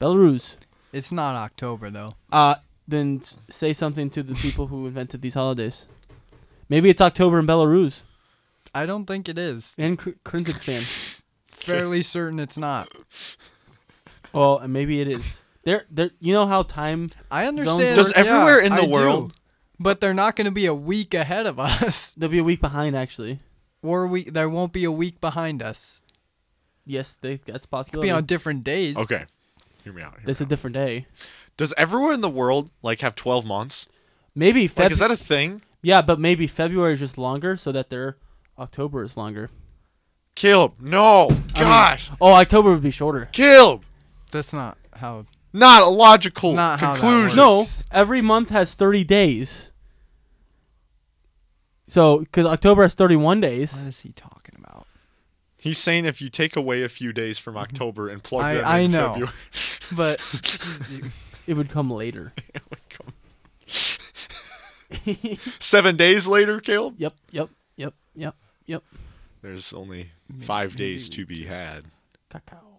Speaker 3: Belarus.
Speaker 4: It's not October though.
Speaker 3: Uh, then s- say something to the people who invented these holidays. Maybe it's October in Belarus
Speaker 4: I don't think it is.
Speaker 3: and Kr- Kyrgyzstan.
Speaker 4: Fairly certain it's not.
Speaker 3: well, and maybe it is. There, there. You know how time?
Speaker 4: I understand.
Speaker 2: Does
Speaker 4: yeah,
Speaker 2: everywhere in
Speaker 4: I
Speaker 2: the
Speaker 4: do.
Speaker 2: world-
Speaker 4: But they're not going to be a week ahead of us,
Speaker 3: They'll be a week behind, actually.
Speaker 4: or we there won't be a week behind us.
Speaker 3: Yes, they, that's
Speaker 4: Could
Speaker 3: possible.
Speaker 4: be on different days.
Speaker 2: Okay, hear me out. hear me
Speaker 3: That's a
Speaker 2: out.
Speaker 3: different day.
Speaker 2: Does everywhere in the world like have 12 months?
Speaker 3: Maybe Feb-
Speaker 2: Like, is that a thing?
Speaker 3: yeah, but maybe February is just longer, so that their October is longer.
Speaker 2: Caleb, no,
Speaker 3: I mean-
Speaker 2: gosh,
Speaker 3: Oh, October would be shorter.
Speaker 2: Caleb,
Speaker 4: That's not how.
Speaker 2: not a logical
Speaker 4: Not how that
Speaker 2: conclusion.
Speaker 3: No,
Speaker 4: Works.
Speaker 3: every month has thirty days. So, because October has thirty-one
Speaker 4: What
Speaker 3: days.
Speaker 4: is he talking about?
Speaker 2: He's saying if you take away a few days from October and plug
Speaker 4: I-
Speaker 2: them
Speaker 4: I
Speaker 2: in
Speaker 4: know.
Speaker 2: February,
Speaker 4: But
Speaker 3: It would come later.
Speaker 2: it would come- seven days later, Caleb,
Speaker 3: Yep, yep, yep, yep, yep.
Speaker 2: there's only five days to be had.
Speaker 3: Cacao.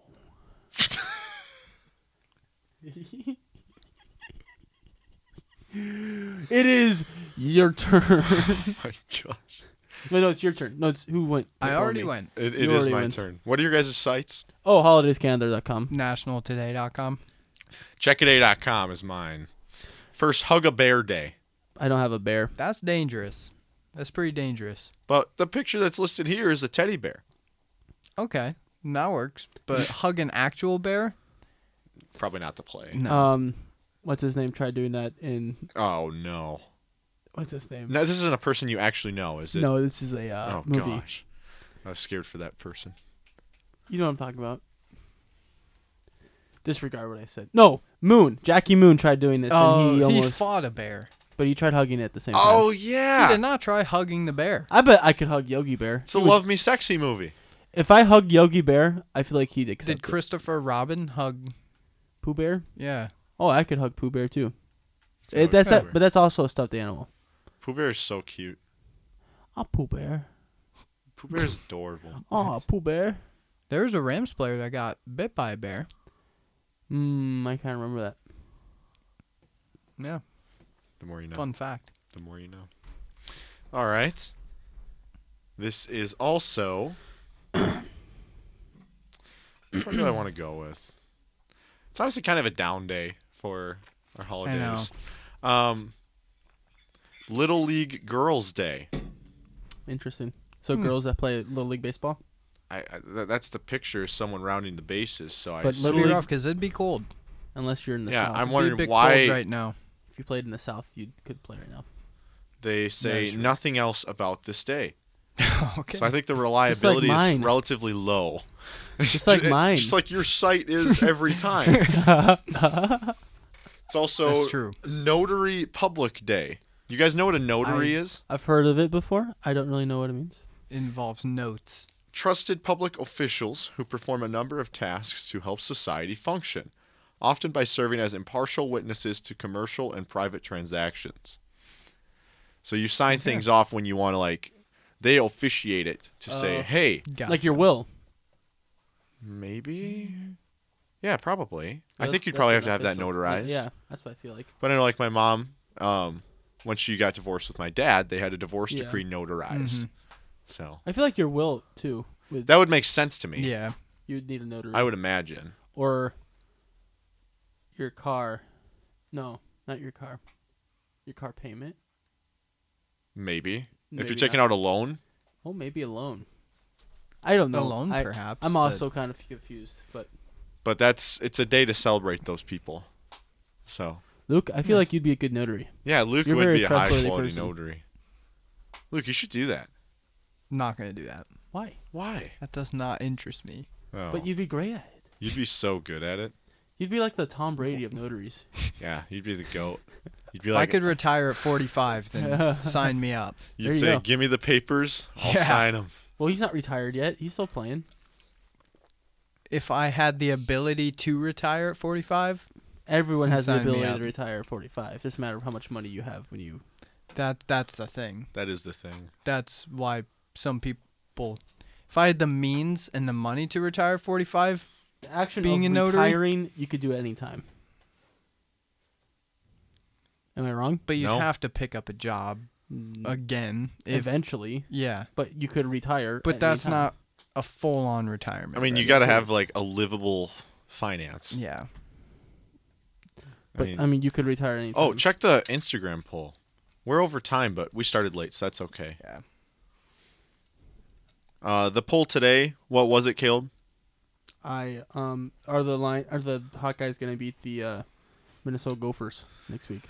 Speaker 3: it is your turn.
Speaker 2: Oh my gosh,
Speaker 3: no, no, it's your turn. No, it's who went.
Speaker 4: I
Speaker 3: before
Speaker 4: already
Speaker 3: me.
Speaker 4: went.
Speaker 2: it,
Speaker 3: You
Speaker 2: it is
Speaker 3: already
Speaker 2: my
Speaker 3: went.
Speaker 2: turn. What are your guys' sites?
Speaker 3: Oh, holidayscalendar.com.
Speaker 4: Nationaltoday.com.
Speaker 2: Checkaday.com is mine. First, hug a bear day.
Speaker 3: I don't have a bear.
Speaker 4: That's dangerous. That's pretty dangerous.
Speaker 2: But the picture that's listed here is a teddy bear.
Speaker 4: Okay, that works. But hug an actual bear?
Speaker 2: Probably not the play.
Speaker 4: No.
Speaker 3: Um, what's his name? Tried doing that in
Speaker 2: Oh no.
Speaker 3: what's his name?
Speaker 2: No, this isn't a person you actually know, is it?
Speaker 3: No, this is a uh,
Speaker 2: Oh
Speaker 3: movie.
Speaker 2: gosh. I was scared for that person.
Speaker 3: You know what I'm talking about. Disregard what I said. No, Moon. Jackie Moon tried doing this,
Speaker 4: oh,
Speaker 3: and
Speaker 4: he,
Speaker 3: he almost.
Speaker 4: fought a bear.
Speaker 3: but he tried hugging it at the same time.
Speaker 2: Oh
Speaker 4: He
Speaker 2: yeah.
Speaker 4: did not try hugging the bear.
Speaker 3: I bet I could hug Yogi Bear.
Speaker 2: It's a Love Me Sexy movie.
Speaker 3: If I hugged Yogi Bear, I feel like he'd accept
Speaker 4: Did
Speaker 3: it.
Speaker 4: Christopher Robin hug?
Speaker 3: Pooh Bear?
Speaker 4: Yeah.
Speaker 3: Oh, I could hug Pooh Bear too.
Speaker 2: could
Speaker 3: Eh,
Speaker 2: hug
Speaker 3: that's
Speaker 2: Pooh
Speaker 3: that,
Speaker 2: Bear.
Speaker 3: but that's also a stuffed animal.
Speaker 2: Pooh Bear is so cute.
Speaker 3: Oh, Pooh Bear.
Speaker 2: Pooh Bear is adorable.
Speaker 3: Oh, Pooh Bear.
Speaker 4: There was a Rams player that got bit by a bear.
Speaker 3: Hmm, I can't remember that.
Speaker 4: Yeah.
Speaker 2: The more you know.
Speaker 4: Fun fact.
Speaker 2: The more you know. All right. This is also. Which one do I want to go with? It's honestly kind of a down day for our holidays. Um, Little League Girls Day.
Speaker 3: Interesting. So
Speaker 2: Hmm.
Speaker 3: girls that play little league baseball.
Speaker 2: I, I th- that's the picture of someone rounding the bases. So I
Speaker 3: But
Speaker 2: assume-
Speaker 3: Little
Speaker 4: Clear
Speaker 3: League-
Speaker 4: off because it'd be cold.
Speaker 3: Unless you're in the
Speaker 2: Yeah,
Speaker 3: south.
Speaker 2: I'm
Speaker 4: It'd
Speaker 2: wondering
Speaker 4: be a bit
Speaker 2: why-
Speaker 4: cold right now.
Speaker 3: if you played in the south, you could play right now.
Speaker 2: they say
Speaker 4: That's right.
Speaker 2: nothing else about this day.
Speaker 4: okay.
Speaker 2: So I think the reliability is
Speaker 3: mine.
Speaker 2: relatively low. eh,
Speaker 3: Just like mine.
Speaker 2: Just like your site is every time. it's also
Speaker 4: That's true.
Speaker 2: Notary Public Day. You guys know what a notary is?
Speaker 3: I've heard of it before. I don't really know what it means.
Speaker 4: Involves notes.
Speaker 2: Trusted public officials who perform a number of tasks to help society function, often by serving as impartial witnesses to commercial and private transactions. So you sign things off when you want to like they officiate it to say,
Speaker 3: Oh.
Speaker 2: "Hey,
Speaker 4: Gotcha.
Speaker 3: Like your will.
Speaker 2: Maybe. Yeah, probably. I
Speaker 3: That's-
Speaker 2: think you'd
Speaker 3: that's
Speaker 2: probably
Speaker 3: an
Speaker 2: have to have that
Speaker 3: official-
Speaker 2: notarized.
Speaker 3: Yeah, that's what I feel like.
Speaker 2: But I know, like my mom, um, when she got divorced with my dad, they had a divorce
Speaker 3: Yeah. Mm-hmm.
Speaker 2: decree notarized. So
Speaker 3: I feel like your will too. Would
Speaker 2: that would make sense to me.
Speaker 4: yeah.
Speaker 3: you'd need a notary
Speaker 2: I would imagine.
Speaker 3: or your car? No, not your car. Your car payment.
Speaker 2: Maybe. if
Speaker 3: Maybe
Speaker 2: you're taking out a loan,
Speaker 3: Oh, maybe a loan. I don't
Speaker 4: The
Speaker 3: know.
Speaker 4: loan,
Speaker 3: I,
Speaker 4: perhaps,
Speaker 3: I'm
Speaker 4: but-
Speaker 3: also kind of confused. But
Speaker 2: but that's it's a day to celebrate those people. So
Speaker 3: Luke, I feel like you'd be a good notary.
Speaker 2: yeah, Luke
Speaker 3: You're a
Speaker 2: would
Speaker 3: very
Speaker 2: be a high
Speaker 3: trustworthy
Speaker 2: quality
Speaker 3: person.
Speaker 2: notary. Luke, you should do that.
Speaker 4: Not gonna do that.
Speaker 3: Why?
Speaker 2: Why?
Speaker 4: That does not interest me.
Speaker 2: Oh,
Speaker 3: But you'd be great at it.
Speaker 2: you'd be so good at it.
Speaker 3: You'd be like the Tom Brady of notaries.
Speaker 2: Yeah, you'd be the goat. You'd be
Speaker 4: If
Speaker 2: like
Speaker 4: I could retire at 45, then sign me up.
Speaker 2: You'd
Speaker 3: There you
Speaker 2: say,
Speaker 3: go.
Speaker 2: "Give me the papers. I'll
Speaker 4: Yeah.
Speaker 2: sign them."
Speaker 3: Well, he's not retired yet. He's still playing.
Speaker 4: If I had the ability to retire at 45,
Speaker 3: Everyone
Speaker 4: And
Speaker 3: has the
Speaker 4: sign me
Speaker 3: ability
Speaker 4: up.
Speaker 3: to retire at 45. It's just a matter of how much money you have when you.
Speaker 4: that that's the thing.
Speaker 2: That is the thing.
Speaker 4: That's why some people. If I had the means and the money to retire at 45,
Speaker 3: The action
Speaker 4: Being
Speaker 3: of
Speaker 4: a notary?
Speaker 3: retiring, you could do at any time. Am I wrong?
Speaker 4: But you'd
Speaker 2: No.
Speaker 4: have to pick up a job again. Mm, If,
Speaker 3: Eventually,
Speaker 4: Yeah.
Speaker 3: but you could retire. at
Speaker 4: But
Speaker 3: any
Speaker 4: that's
Speaker 3: time.
Speaker 4: not a full on retirement.
Speaker 2: I mean, you
Speaker 4: then.
Speaker 2: got to have like a livable finance.
Speaker 4: Yeah.
Speaker 2: I
Speaker 3: But I
Speaker 2: mean-
Speaker 3: mean, you could retire at any
Speaker 2: Oh,
Speaker 4: Mm-hmm.
Speaker 3: time.
Speaker 2: check the Instagram poll. We're over time, but we started late, so that's okay.
Speaker 4: Yeah.
Speaker 2: Uh, the poll today, what was it, Caleb?
Speaker 3: I um are the line are the Hawkeyes gonna beat the uh, Minnesota Gophers next week?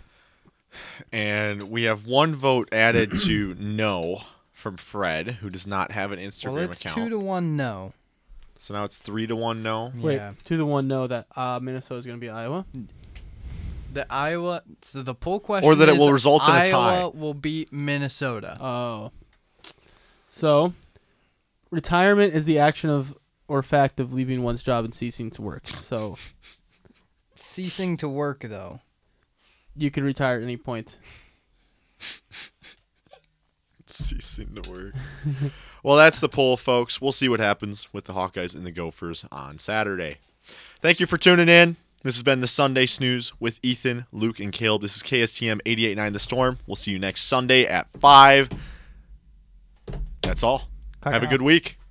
Speaker 2: And we have one vote added to no from Fred, who does not have an Instagram
Speaker 4: Well, it's
Speaker 2: account.
Speaker 4: two to one no.
Speaker 2: so now it's three to one no.
Speaker 3: Wait,
Speaker 4: Yeah.
Speaker 3: two to one. Know that uh, Minnesota is gonna be Iowa.
Speaker 4: The Iowa. So the poll question.
Speaker 2: that it
Speaker 4: is
Speaker 2: will result in a tie.
Speaker 4: Iowa will beat Minnesota.
Speaker 3: Oh. So, retirement is the action of or fact of leaving one's job and ceasing to work. So
Speaker 4: Ceasing to work though.
Speaker 3: you could retire at any point.
Speaker 2: ceasing to work. well, that's the poll, folks. We'll see what happens with the Hawkeyes and the Gophers on Saturday. Thank you for tuning in. This has been the Sunday Snooze with Ethan, Luke, and Caleb. This is KSTM 889 The Storm. We'll see you next Sunday at 5. That's all. Have a good week.